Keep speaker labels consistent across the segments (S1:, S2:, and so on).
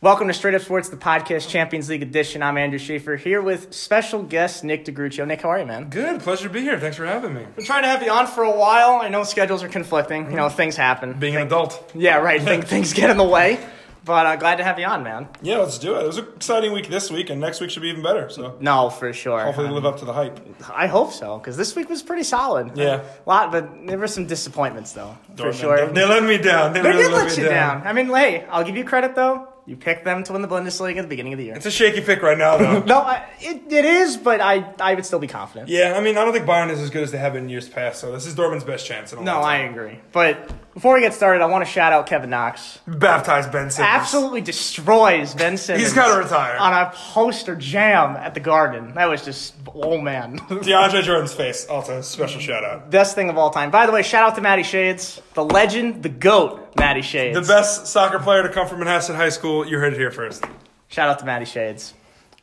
S1: Welcome to Straight Up Sports, the podcast Champions League edition. I'm Andrew Schaefer here with special guest Nick DeGruccio. Nick, how are you, man?
S2: Good. Pleasure to be here. Thanks for having me.
S1: Been trying to have you on for a while. I know schedules are conflicting. You know, things happen.
S2: Being an adult.
S1: Mm-hmm. Yeah, right. Think things get in the way. But uh, glad to have you on, man.
S2: Yeah, let's do it. It was an exciting week this week, and next week should be even better. So
S1: No, for sure.
S2: hopefully they live up to the hype.
S1: I hope so, because this week was pretty solid.
S2: Yeah.
S1: A lot, but there were some disappointments, though, for
S2: Dortmund,
S1: sure.
S2: They let me down. They,
S1: They
S2: really
S1: did
S2: let,
S1: let
S2: me
S1: you down. I mean, hey, I'll give you credit, though. You picked them to win the Bundesliga at the beginning of the year.
S2: It's a shaky pick right now, though.
S1: No, I, it, it is, but I, I would still be confident.
S2: yeah, I mean, I don't think Bayern is as good as they have been in years past. So this is Dortmund's best chance. In a
S1: No,
S2: long
S1: I
S2: time.
S1: agree. But before we get started, I want to shout out Kevin Knox.
S2: baptized Ben Simmons.
S1: Absolutely destroys Ben Simmons.
S2: He's got to retire.
S1: on a poster jam at the Garden. That was just oh man,
S2: DeAndre Jordan's face. Also, special shout out.
S1: best thing of all time. By the way, shout out to Matty Shades, the legend, the goat, Matty
S2: The
S1: Shades.
S2: best soccer player to come from Manhasset High School. You heard it here first.
S1: shout out to Matty Shades.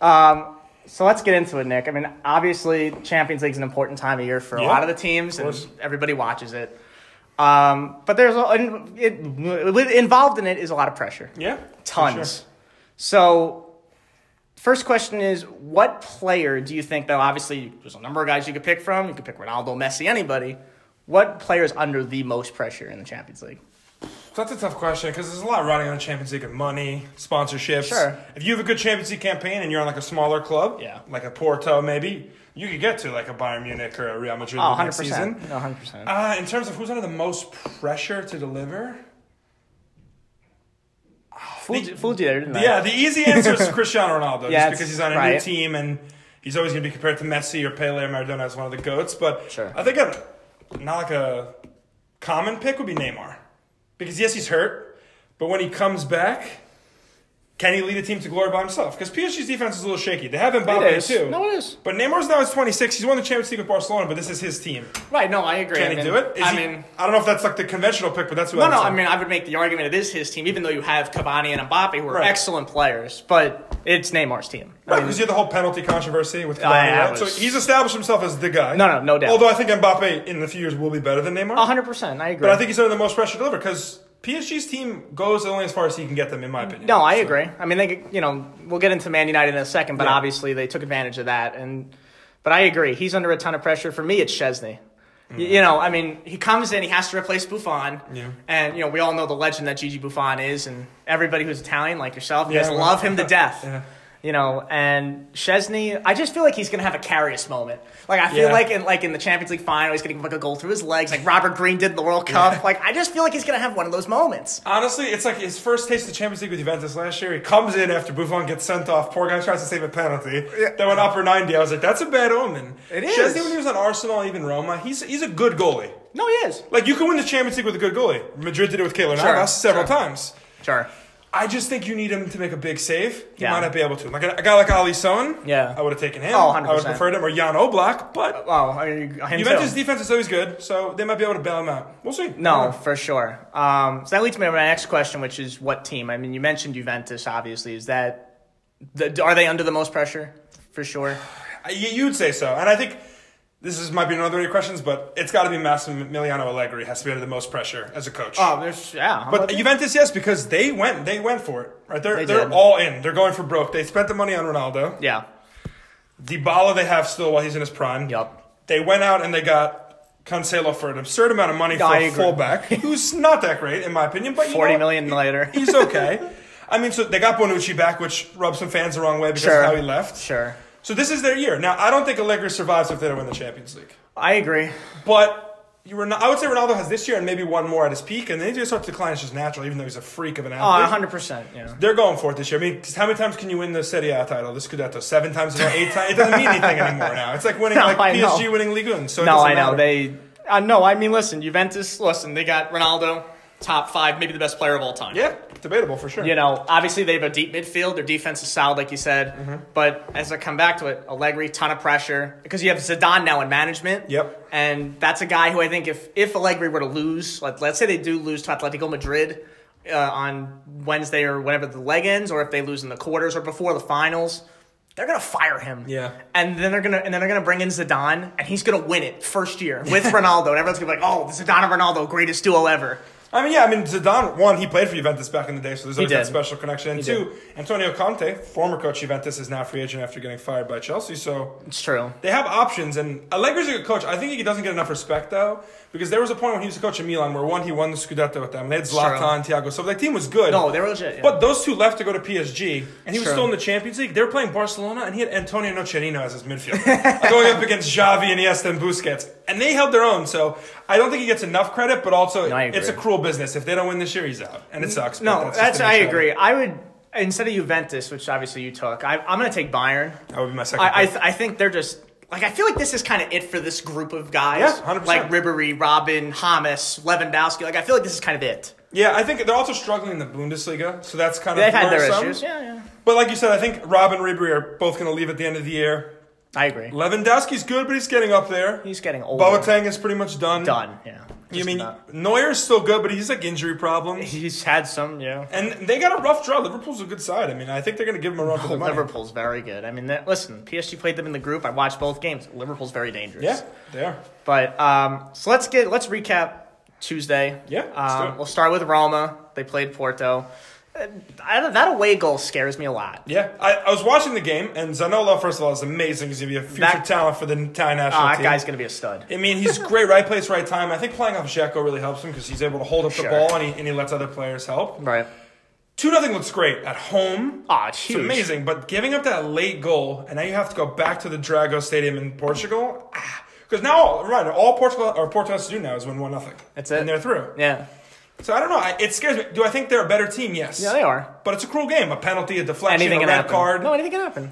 S1: Um, so let's get into it, Nick. I mean, obviously, Champions League's an important time of year for a
S2: Yeah,
S1: lot of the teams,
S2: course.
S1: and everybody watches it. Um, but there's a- and it, involved in it is a lot of pressure.
S2: Yeah, for
S1: tons.
S2: sure.
S1: So, first question is, what player do you think? Now, obviously, there's a number of guys you could pick from. You could pick Ronaldo, Messi, anybody. What player is under the most pressure in the Champions League?
S2: That's a tough question because there's a lot riding on Champions League of money, sponsorships.
S1: Sure.
S2: If you have a good Champions League campaign and you're on like a smaller club,
S1: Yeah.
S2: like a Porto maybe, you could get to like a Bayern Munich or a Real Madrid
S1: Oh,
S2: next
S1: 100%.
S2: season.
S1: No, 100%.
S2: Uh, in terms of who's under the most pressure to deliver,
S1: fooled, you, fooled you there, didn't I?
S2: yeah, the easy answer is Cristiano Ronaldo
S1: Yeah,
S2: just
S1: it's-
S2: because he's on a new
S1: right.
S2: team and he's always going to be compared to Messi or Pele or Maradona as one of the goats. But
S1: Sure.
S2: I think a, not like a common pick would be Neymar because yes, he's hurt, but when he comes back. Can he lead a team to glory by himself? Because PSG's defense is a little shaky. They have Mbappe
S1: It is.
S2: too.
S1: No, it is.
S2: But Neymar's now is 26. He's won the Champions League with Barcelona, but this is his team.
S1: Right, no, I agree.
S2: Can
S1: I
S2: he
S1: mean,
S2: do it? Is
S1: I
S2: he-
S1: mean,
S2: I don't know if that's like the conventional pick, but that's what
S1: no, no, I mean, I would make the argument it is his team, even though you have Cavani and Mbappe, who are
S2: Right.
S1: excellent players, but it's Neymar's team.
S2: Right, because you had the whole penalty controversy with Cavani.
S1: Oh, yeah,
S2: right?
S1: it was-
S2: So he's established himself as the guy.
S1: No, no, no doubt.
S2: Although I think Mbappe in a few years will be better than Neymar.
S1: 100%, I agree.
S2: But I think he's under the most pressure to deliver because PSG's team goes only as far as he can get them, in my opinion.
S1: No, I
S2: So-
S1: agree. I mean, they you know we'll get into Man United in a second, but
S2: Yeah.
S1: obviously they took advantage of that. And but I agree, he's under a ton of pressure. For me, it's Chesney. Y- You know, I mean, he comes in, he has to replace Buffon,
S2: Mm-hmm. Yeah.
S1: and you know we all know the legend that Gigi Buffon is, and everybody who's Italian like yourself, you
S2: Yeah,
S1: guys
S2: well,
S1: love him to death.
S2: yeah.
S1: You know, and Chesney, I just feel like he's gonna have a Carius moment. Like I feel
S2: Yeah.
S1: like in like in the Champions League final, he's gonna like a goal through his legs, like Robert Green did in the World Cup. Like I just feel like he's gonna have one of those moments.
S2: Honestly, it's like his first taste of the Champions League with Juventus last year. He comes in after Buffon gets sent off. Poor guy tries to save a penalty. That went upper 90. I was like, that's a bad omen.
S1: It
S2: Chesney,
S1: is.
S2: when he was on Arsenal, even Roma, he's, he's a good goalie.
S1: No, he is.
S2: Like, you can win the Champions League with a good goalie. Madrid did it with Keylor
S1: Sure,
S2: Navas several
S1: sure.
S2: times.
S1: Sure.
S2: I just think you need him to make a big save. He
S1: Yeah.
S2: might not be able to. Like a, a guy like Ali Son,
S1: Yeah.
S2: I would have taken him.
S1: Oh, Uh,
S2: I would
S1: 100%.
S2: have preferred him or Jan Oblak, but
S1: Well, I mean, him
S2: Juventus
S1: too.
S2: defense is always good, so they might be able to bail him out. We'll see.
S1: No, for sure. Um, so that leads me to my next question, which is what team? I mean, you mentioned Juventus, obviously. Is that the, are they under the most pressure? For sure.
S2: I- you- you'd say so, and I think this is might be another one of your questions, but it's got to be Massimiliano Allegri has to be under the most pressure as a coach.
S1: Oh, there's yeah. how
S2: But
S1: about-
S2: Juventus, yes, because they went, they went for it. Right, they're
S1: They
S2: they are
S1: did.
S2: all in. They're going for broke. They spent the money on Ronaldo.
S1: yeah,
S2: Dybala they have still while he's in his prime.
S1: Yup.
S2: They went out and they got Cancelo for an absurd amount of money for
S1: I
S2: a
S1: agree.
S2: fullback, who's not that great in my opinion, but you
S1: forty
S2: know what?
S1: million later.
S2: he's okay. I mean, so they got Bonucci back, which rubbed some fans the wrong way because
S1: Sure.
S2: of how he left.
S1: Sure,
S2: So this is their year. Now I don't think Allegri survives if they don't win the Champions League,
S1: I agree.
S2: but. You were I would say Ronaldo has this year and maybe one more at his peak, and then he just starts to decline. It's just natural, even though he's a freak of an
S1: Oh,
S2: athlete.
S1: hundred percent. Yeah.
S2: They're going for it this year. I mean, 'cause how many times can you win the Serie A title, the Scudetto? Seven times in a row, eight times? It doesn't mean anything anymore now. It's like winning,
S1: No,
S2: like
S1: I know.
S2: PSG winning Ligue 1. So it
S1: No,
S2: doesn't
S1: I know
S2: matter.
S1: they. Uh, no, I mean, listen, Juventus. Listen, they got Ronaldo, top five, maybe the best player of all time.
S2: Yeah, debatable for sure.
S1: You know, obviously they have a deep midfield. Their defense is solid, like you said.
S2: Mm-hmm.
S1: But as I come back to it, Allegri, ton of pressure because you have Zidane now in management.
S2: Yep.
S1: And that's a guy who I think if if Allegri were to lose, like let's say they do lose to Atletico Madrid uh, on Wednesday or whenever the leg ends, or if they lose in the quarters or before the finals. They're gonna fire him,
S2: Yeah.
S1: and then they're gonna and then they're gonna bring in Zidane, and he's gonna win it first year with Ronaldo, and everyone's gonna be like, "Oh, Zidane and Ronaldo, greatest duo ever."
S2: I mean, yeah, I mean, Zidane, one, he played for Juventus back in the day, so there's always that
S1: did.
S2: special connection. And
S1: He
S2: two, Antonio Conte, former coach Juventus, is now free agent after getting fired by Chelsea, so
S1: It's true.
S2: they have options, and Allegri's a good coach. I think he doesn't get enough respect though, because there was a point when he was a coach in Milan where one he won the Scudetto with them. They had Zlatan, Thiago, so that team was good.
S1: No, Oh, they were legit. Yeah.
S2: but those two left to go to PSG, and he was
S1: Sure.
S2: still in the Champions League. They were playing Barcelona, and he had Antonio Nocerino as his midfielder, going up against Xavi and Iniesta and Busquets, and they held their own. So I don't think he gets enough credit, but also
S1: I agree. Mm,
S2: it's a cruel business. If they don't win this year, he's out, and it sucks. but
S1: no,
S2: just
S1: that's,
S2: the
S1: I
S2: nature of
S1: agree.
S2: it.
S1: I would instead of Juventus, which obviously you took. I, I'm going to take Bayern.
S2: That would be my second.
S1: I I,
S2: pick.
S1: th- I think they're just like I feel like this is kind of it for this group of guys.
S2: Yeah, 100%.
S1: Like Ribery, Robin, Hamas, Lewandowski. Like I feel like this is kind of it.
S2: yeah, I think they're also struggling in the Bundesliga, so that's kind of
S1: They've had their
S2: worrisome.
S1: issues. Yeah, yeah.
S2: But like you said, I think Rob and Ribery are both going to leave at the end of the year.
S1: I agree.
S2: Lewandowski's good, but he's getting up there.
S1: He's getting older.
S2: Boateng is pretty much done.
S1: Done. Yeah.
S2: You
S1: Just
S2: mean
S1: not-
S2: Neuer's still good, but he's like injury problem.
S1: he's had some? Yeah.
S2: And they got a rough draw. Liverpool's a good side. I mean, I think they're going to give him a run for their money.
S1: Liverpool's very good. I mean, that, listen, PSG played them in the group. I watched both games. Liverpool's very dangerous.
S2: Yeah, they are.
S1: But um, so let's get let's recap Tuesday.
S2: Yeah, let's do
S1: Um,
S2: it.
S1: we'll start with Roma. They played Porto. Uh, I, that away goal scares me a lot.
S2: Yeah, I, I was watching the game, and Zanola, first of all, is amazing. He's going to be a future
S1: That-
S2: talent for the Italian national
S1: Ah, that
S2: team.
S1: guy's gonna be a stud.
S2: I mean, he's great, right place, right time. I think playing off Jacko really helps him because he's able to hold up
S1: Sure.
S2: the ball and he, and he lets other players help.
S1: Right.
S2: 2 nothing looks great at home.
S1: Ah, it's huge.
S2: It's amazing, but giving up that late goal, and now you have to go back to the Drago Stadium in Portugal. Because now, right, all Portugal or Porto has to do now is win one nothing.
S1: That's it.
S2: and they're through.
S1: Yeah.
S2: So I don't know. I, it scares me. Do I think they're a better team? Yes.
S1: Yeah, they are.
S2: But it's a cruel game. A penalty, a deflection,
S1: Anything
S2: a
S1: can
S2: red
S1: happen.
S2: card.
S1: No, anything can happen.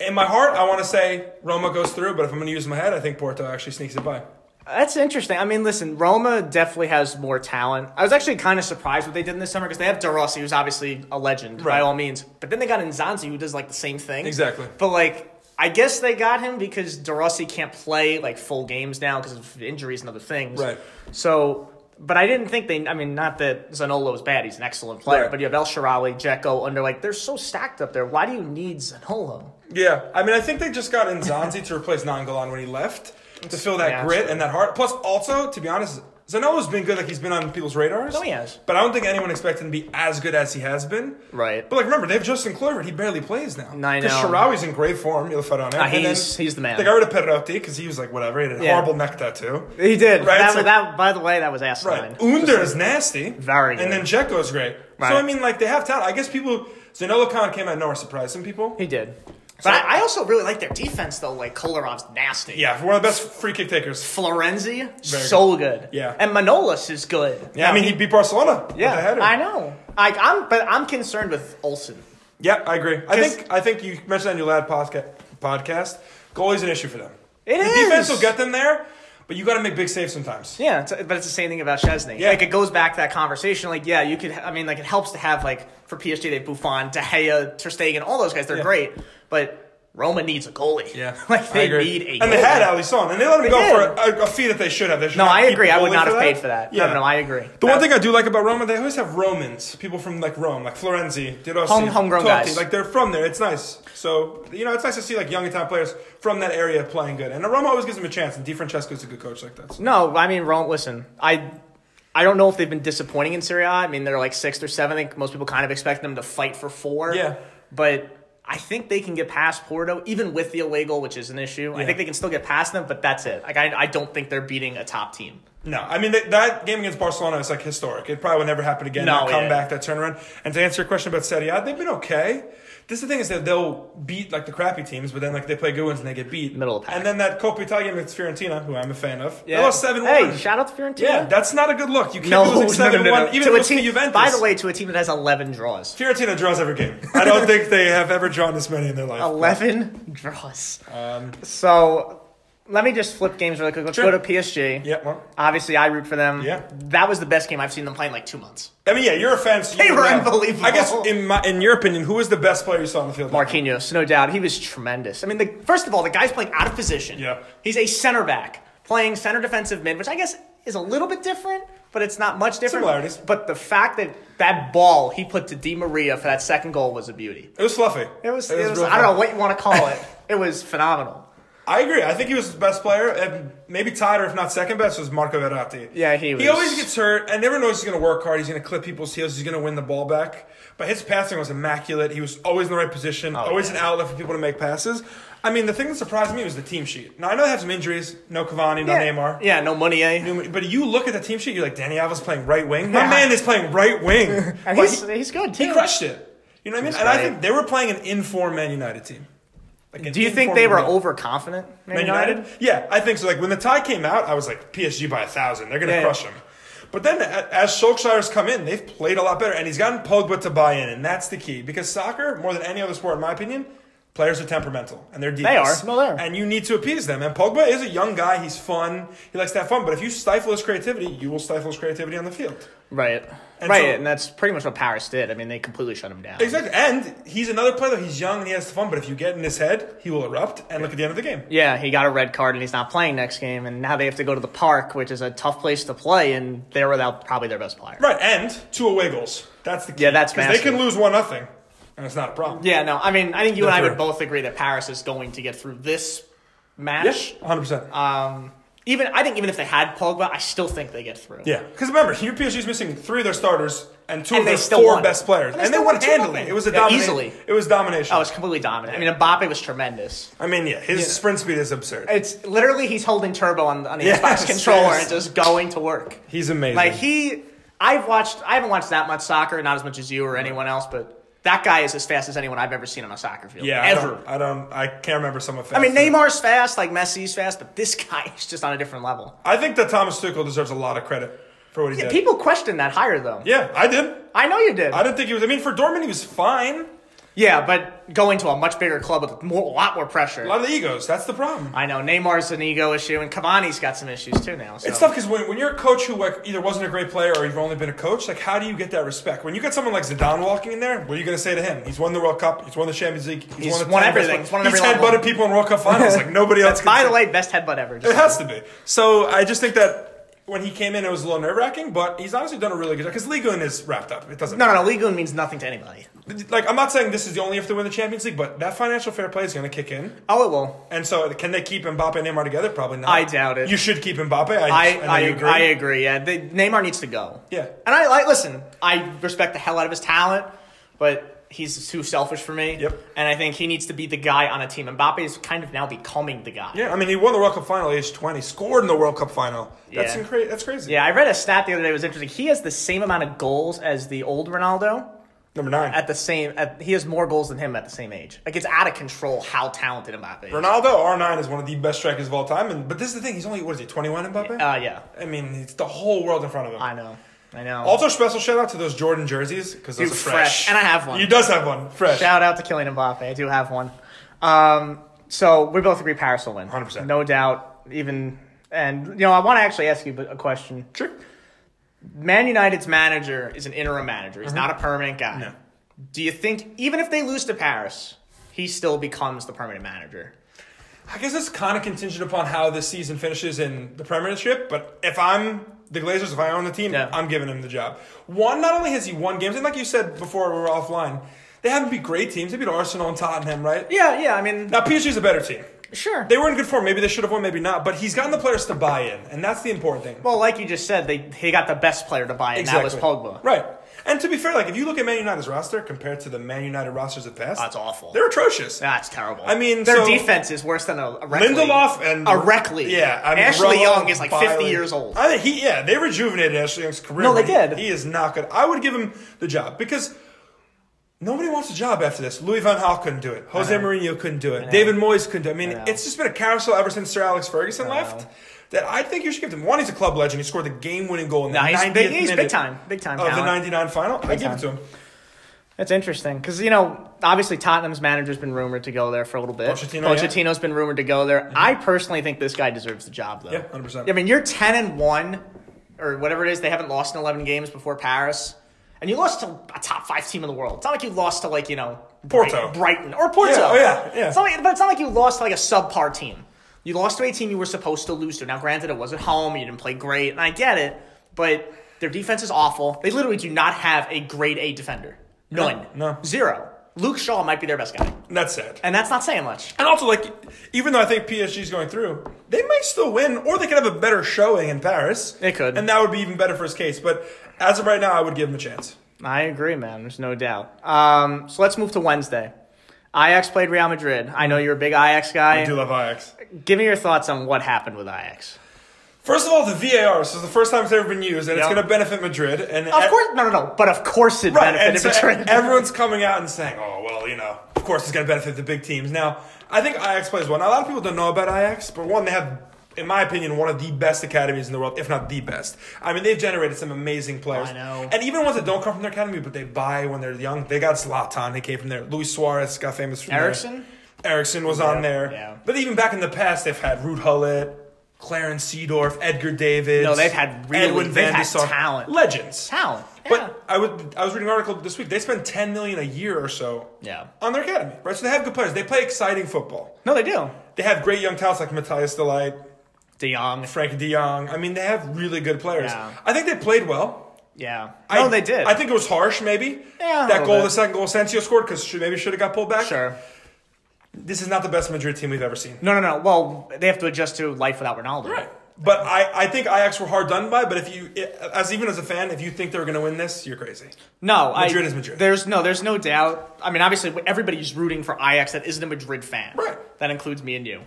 S2: In my heart, I want to say Roma goes through, but if I'm going to use my head, I think Porto actually sneaks it by.
S1: That's interesting. I mean, listen, Roma definitely has more talent. I was actually kind of surprised what they did in this summer because they have De Rossi, who's obviously a legend by
S2: Right.
S1: all means, but then they got Nzanzi, who does like the same thing.
S2: Exactly.
S1: But like, I guess they got him because De Rossi can't play like full games now because of injuries and other things.
S2: Right.
S1: So, but I didn't think they. I mean, not that Zanolo is bad; he's an excellent player.
S2: Right.
S1: But you have El Shirawi, Jekko, under like they're so stacked up there. Why do you need Zanolo?
S2: Yeah, I mean, I think they just got Nzanzi to replace Nangalan when he left to fill that
S1: Yeah,
S2: grit
S1: sure.
S2: and that heart. Plus, also to be honest, Zanella's been good. Like he's been on people's radars.
S1: No, Oh, he has.
S2: But I don't think anyone expected him to be as good as he has been.
S1: Right.
S2: But like, remember they have Justin Kluivert. He barely plays now.
S1: I know. Ah,
S2: Sharawi's in great form. You'll find on it. And
S1: he's- he's the man.
S2: They got rid of Perotti because he was like whatever. He had a
S1: Yeah.
S2: horrible neck tattoo.
S1: He did.
S2: Right,
S1: That,
S2: so-
S1: that, by the way, that was asinine.
S2: Right. Under is nasty.
S1: Very good.
S2: And then Jekyll's great.
S1: Right.
S2: So I mean, like they have talent. I guess people. Zanola Khan came out of nowhere, surprised some people.
S1: He did. But I, I also really like their defense, though. Like, Kolarov's nasty.
S2: Yeah, one of the best free kick takers.
S1: Florenzi, so good.
S2: Yeah.
S1: And Manolis is good.
S2: Yeah, I mean, he beat Barcelona.
S1: Yeah,
S2: with a header.
S1: I know. Like, I'm, but I'm concerned with Olsen.
S2: Yeah, I agree. I
S1: 'Cause-
S2: think I think you mentioned that in your lad podca- podcast. Goalie's an issue for them.
S1: It
S2: the
S1: is.
S2: defense will get them there, but you got to make big saves sometimes.
S1: Yeah, it's, but it's the same thing about Chesney.
S2: Yeah.
S1: Like, it goes back to that conversation. Like, yeah, you could, I mean, like, it helps to have, like, for PSG, they have Buffon, De Gea, Ter Stegen, all those guys. They're
S2: Yeah.
S1: great. But Roma needs a goalie. like,
S2: I
S1: they
S2: agree.
S1: need a
S2: and they
S1: goalie.
S2: had Ali Son, and they let him
S1: They
S2: go
S1: did.
S2: for a, a fee that they should have. They should
S1: No,
S2: not
S1: I
S2: keep
S1: agree.
S2: a
S1: I would
S2: goalie
S1: not have paid for that. No, no, no, I agree.
S2: The
S1: That-
S2: one thing I do like about Roma, they always have Romans, people from like Rome, like Florenzi, Di Rossi,
S1: Home- homegrown
S2: Totti.
S1: guys.
S2: Like they're from there. It's nice. So you know, it's nice to see like young Italian players from that area playing good. And Roma always gives them a chance. And Di Francesco's a good coach like that. So.
S1: No, I mean, Rome. Listen, I, I don't know if they've been disappointing in Serie A. I mean, they're like sixth or seventh. I think most people kind of expect them to fight for four.
S2: Yeah.
S1: but I think they can get past Porto, even with the away goal, which is an issue. I
S2: Yeah.
S1: think they can still get past them, but that's it. Like, I, I don't think they're beating a top team.
S2: No, I mean that, that game against Barcelona is like historic. It probably would never happen again.
S1: No,
S2: that
S1: yeah.
S2: comeback, that turnaround. And to answer your question about Serie A, they've been okay. This is the thing is that they'll beat like the crappy teams, but then like they play good ones and they get beat.
S1: Middle of the pack.
S2: And then that Copa Italia game against Fiorentina, who I'm a fan of. They lost seven
S1: Hey,
S2: one.
S1: shout out to Fiorentina.
S2: yeah, that's not a good look. You can't
S1: no,
S2: be
S1: no,
S2: losing
S1: no, no,
S2: seven
S1: no,
S2: one,
S1: no.
S2: even
S1: to a
S2: if
S1: team.
S2: it's Juventus.
S1: By the way, to a team that has eleven draws.
S2: Fiorentina draws every game. I don't think they have ever drawn this many in their life.
S1: Eleven draws.
S2: Um,
S1: So let me just flip games really quick. Let's
S2: Sure.
S1: go to PSG.
S2: yeah, well,
S1: Obviously, I root for them.
S2: Yeah.
S1: That was the best game I've seen them play in like two months.
S2: I mean, yeah, you're a fan. So you
S1: They
S2: would
S1: were
S2: know.
S1: unbelievable.
S2: I guess in my, in your opinion, who was the best player you saw on the field?
S1: Marquinhos, no doubt. He was tremendous. I mean, the, first of all, the guy's playing out of position.
S2: Yeah.
S1: He's a center back playing center defensive mid, which I guess is a little bit different, but it's not much different.
S2: Similarities.
S1: But the fact that that ball he put to Di Maria for that second goal was a beauty.
S2: It was fluffy.
S1: It was, it was,
S2: real
S1: I
S2: fun.
S1: don't know what you want to call it. it was phenomenal.
S2: I agree. I think he was the best player, and maybe tied or if not second best was Marco Verratti.
S1: Yeah, he was-
S2: He always gets hurt. I never knows he's going to work hard. He's going to clip people's heels. He's going to win the ball back. But his passing was immaculate. He was always in the right position.
S1: Oh,
S2: always an outlet for people to make passes. I mean, the thing that surprised me was the team sheet. Now I know they have some injuries. No Cavani. No
S1: yeah.
S2: Neymar.
S1: Yeah, no money, eh?
S2: But you look at the team sheet, you're like, Danny Alves playing right wing. My
S1: Yeah.
S2: man is playing right wing. But
S1: And he's, he's good,
S2: he
S1: too.
S2: crushed it. You know what I mean? And I
S1: great.
S2: think they were playing an informed Man United team. Like an
S1: Do you think
S2: informed
S1: they were
S2: Man-
S1: overconfident? Man
S2: Man United? Yeah, I think so. Like when the tie came out, I was like PSG by a thousand. They're gonna
S1: Yeah.
S2: crush them. But then a- as Solskjaer's come in, they've played a lot better, and he's gotten Pogba to buy in, and that's the key because soccer, more than any other sport, in my opinion. Players are temperamental and they're deep.
S1: are. No, they are.
S2: And you need to appease them. And Pogba is a young guy. He's fun. He likes to have fun. But if you stifle his creativity, you will stifle his creativity on the field.
S1: Right.
S2: And
S1: right,
S2: so-
S1: and that's pretty much what Paris did. I mean, they completely shut him down.
S2: Exactly. And he's another player that he's young and he has fun, but if you get in his head, he will erupt and look at the end of the game.
S1: Yeah, he got a red card and he's not playing next game, and now they have to go to the park, which is a tough place to play, and they're without probably their best player.
S2: Right, and two away goals. That's the key.
S1: Yeah, that's
S2: 'Cause they
S1: massive.
S2: can lose one nothing, and it's not a problem.
S1: Yeah, no, I mean, I think you and I
S2: They're
S1: would
S2: through.
S1: both agree that Paris is going to get through this
S2: Yes,
S1: match.
S2: one hundred percent.
S1: Um, even I think even if they had Pogba, I still think they get through.
S2: Yeah, because remember, your PSG is missing three of their starters and two
S1: And
S2: of
S1: they
S2: their
S1: still
S2: four
S1: won.
S2: best players,
S1: And
S2: and
S1: they
S2: they,
S1: still
S2: won
S1: won two
S2: handily.
S1: nothing.
S2: It was a
S1: Yeah,
S2: domination.
S1: easily.
S2: It was domination.
S1: I was completely dominant. I mean, Mbappe was tremendous.
S2: I mean, yeah, his sprint speed is absurd.
S1: It's literally he's holding turbo on, on the
S2: Yes,
S1: Xbox controller
S2: yes.
S1: and just going to work.
S2: He's amazing.
S1: Like he, I've watched. I haven't watched that much soccer, not as much as you or anyone else, but that guy is as fast as anyone I've ever seen on a soccer field.
S2: yeah,
S1: ever.
S2: I don't, I don't. I can't remember someone.
S1: I mean,
S2: faster.
S1: Neymar's fast, like Messi's fast, but this guy is just on a different level.
S2: I think that Thomas Tuchel deserves a lot of credit for what he did.
S1: People question that higher though.
S2: yeah, I did.
S1: I know you did.
S2: I didn't think he was. I mean, for Dortmund, he was fine.
S1: yeah, but going to a much bigger club with more, a lot more pressure.
S2: A lot of the egos. That's the problem.
S1: I know Neymar's an ego issue, and Cavani's got some issues too now. So.
S2: It's tough because when, when you're a coach who like, either wasn't a great player or you've only been a coach, like how do you get that respect? When you get someone like Zidane walking in there, what are you going to say to him? He's won the World Cup. He's won the Champions League. He's,
S1: He's
S2: won, the
S1: won
S2: 10 best
S1: everything.
S2: players.
S1: He's won
S2: He's
S1: every level.
S2: headbutted people in World Cup finals like nobody else.
S1: By
S2: can
S1: the
S2: say-
S1: way, best headbutt ever.
S2: it
S1: Just
S2: has to be. So I just think that when he came in, it was a little nerve wracking, but he's honestly done a really good job because Ligon is wrapped up. It doesn't
S1: no, no, no. Ligoon means nothing to anybody.
S2: matter. like I'm not saying this is the only if they win the Champions League, but that financial fair play is going to kick in,
S1: Oh, it will.
S2: and so can they keep Mbappe and Neymar together? Probably not.
S1: I doubt it.
S2: You should keep Mbappe. I
S1: I,
S2: know
S1: I,
S2: you
S1: agree. I agree. Yeah, the, Neymar needs to go.
S2: Yeah.
S1: and I like listen. I respect the hell out of his talent, but he's too selfish for me.
S2: Yep.
S1: And I think he needs to be the guy on a team. Mbappe is kind of now becoming the guy.
S2: Yeah, I mean, he won the World Cup final at age 20, scored in the World Cup final. That's,
S1: Yeah.
S2: incra- that's crazy.
S1: Yeah, I read a stat the other day. It was interesting. He has the same amount of goals as the old Ronaldo
S2: Number nine.
S1: at the same. At, he has more goals than him at the same age. Like it's out of control how talented Mbappe. Is.
S2: Ronaldo, R9, is one of the best strikers of all time. And But this is the thing, he's only, what is he, 21 Mbappe?
S1: Uh, yeah,
S2: I mean, it's the whole world in front of him.
S1: I know. I know.
S2: also, special shout out to those Jordan jerseys because those
S1: Dude,
S2: are fresh.
S1: fresh. And I have one.
S2: You does have one. Fresh.
S1: Shout out to Kylian Mbappe. I do have one. Um, so we both agree Paris will win.
S2: 100%.
S1: No doubt. Even and you know I want to actually ask you a question.
S2: Sure.
S1: Man United's manager is an interim manager. He's not a permanent guy.
S2: Uh-huh. No.
S1: Do you think even if they lose to Paris, he still becomes the permanent manager?
S2: I guess it's kind of contingent upon how this season finishes in the Premiership. But if I'm the Glazers, if I own the team,
S1: Yeah.
S2: I'm giving him the job. One, not only has he won games, and like you said before, we were offline, they haven't beat great teams. They beat Arsenal and Tottenham, right?
S1: Yeah, yeah. I mean,
S2: Now PSG is a better team.
S1: sure.
S2: They were in good form. Maybe they should have won. Maybe not. But he's gotten the players to buy in, and that's the important thing.
S1: well, like you just said, they he got the best player to buy, and that was Pogba.
S2: Right. And to be fair, like if you look at Man United's roster compared to the Man United rosters of the past,
S1: That's awful.
S2: They're atrocious.
S1: That's terrible.
S2: I mean,
S1: their
S2: so-
S1: defense is worse than a, a rec league.
S2: Lindelof and
S1: a rec league.
S2: Yeah, I mean,
S1: Ashley
S2: Romo,
S1: Young is like fifty
S2: Bailey.
S1: years old.
S2: I think he yeah they rejuvenated Ashley Young's career.
S1: No, they
S2: He-
S1: did.
S2: He is not good. I would give him the job because. Nobody wants a job after this. Louis Van Gaal couldn't do it. Jose Mourinho couldn't do it. David Moyes couldn't do it. I mean,
S1: know.
S2: it's just been a carousel ever since Sir Alex Ferguson left. That I think you should give him one. He's a club legend. He scored the game-winning goal in the
S1: No, he's
S2: 90th
S1: big- he's big
S2: minute
S1: time. Big time
S2: of the
S1: talent.
S2: '99 final. I give it to him.
S1: That's interesting because you know obviously Tottenham's manager's been rumored to go there for a little bit.
S2: Pochettino, yeah. Mm-hmm.
S1: has been rumored to go there. I personally think this guy deserves the job though.
S2: Yeah, 100%.
S1: I mean, you're ten and one or whatever it is. They haven't lost in eleven games before Paris, and you lost to a top five team in the world. It's not like you lost to like you know Bright-
S2: Porto.
S1: Brighton, or Porto.
S2: Yeah, oh, yeah, yeah.
S1: It's not like, but it's not like you lost to like a subpar team. You lost to a team you were supposed to lose to. Now, granted, it was at home. You didn't play great, and I get it. But their defense is awful. They literally do not have a grade A defender. None.
S2: No.
S1: Zero. Luke Shaw might be their best guy.
S2: And that's sad.
S1: and that's not saying much.
S2: And also, like, even though I think PSG's going through, they might still win, or they could have a better showing in Paris.
S1: They could.
S2: And that would be even better for his case. But as of right now, I would give him a chance.
S1: I agree, man. There's no doubt. Um, so let's move to Wednesday. Ajax played Real Madrid. I know you're a big Ajax guy.
S2: I do love Ajax.
S1: Give me your thoughts on what happened with Ajax.
S2: First of all, the VAR. This is the first time it's ever been used, and it's
S1: Yep.
S2: going to benefit Madrid. And
S1: Of course, no, no, no. But of course, it
S2: Right, and
S1: benefited
S2: so
S1: Madrid.
S2: everyone's coming out and saying, "Oh, well, you know, of course it's going to benefit the big teams." Now, I think Ajax plays well. Now, a lot of people don't know about Ajax, but one, they have, in my opinion, one of the best academies in the world, if not the best. I mean, they've generated some amazing players,
S1: I know.
S2: and even ones that don't come from their academy, but they buy when they're young. They got Zlatan, he came from there. Luis Suarez got famous from
S1: Eriksen?
S2: there. Ericsson was on there.
S1: yeah.
S2: But even back in the past, they've had Ruud Hullet, Clarence Seedorf, Edgar Davids.
S1: No, they've had really-
S2: Edwin
S1: they've
S2: van
S1: had
S2: de Sar.
S1: talent.
S2: Legends.
S1: Talent. Yeah.
S2: But I would I was reading an article this week. They spend ten million a year or so
S1: Yeah.
S2: on their academy, right? So they have good players. They play exciting football.
S1: no, they do.
S2: They have great young talents like Matthias Delight,
S1: De Jong.
S2: Frank De Jong. I mean, they have really good players.
S1: Yeah.
S2: I think they played well.
S1: Yeah.
S2: I,
S1: No, they did.
S2: I think it was harsh, maybe.
S1: Yeah, a
S2: that
S1: little
S2: goal,
S1: bit.
S2: the second goal, Sancio scored because maybe should have got pulled back.
S1: Sure.
S2: This is not the best Madrid team we've ever seen.
S1: No, no, no. Well, they have to adjust to life without Ronaldo.
S2: Right. But I, I think Ajax were hard done by. But if you, as even as a fan, if you think they're going to win this, you're crazy.
S1: No,
S2: Madrid
S1: I,
S2: is Madrid.
S1: There's no, there's no doubt. I mean, obviously, everybody's rooting for Ajax that isn't a Madrid fan.
S2: Right.
S1: That includes me and you.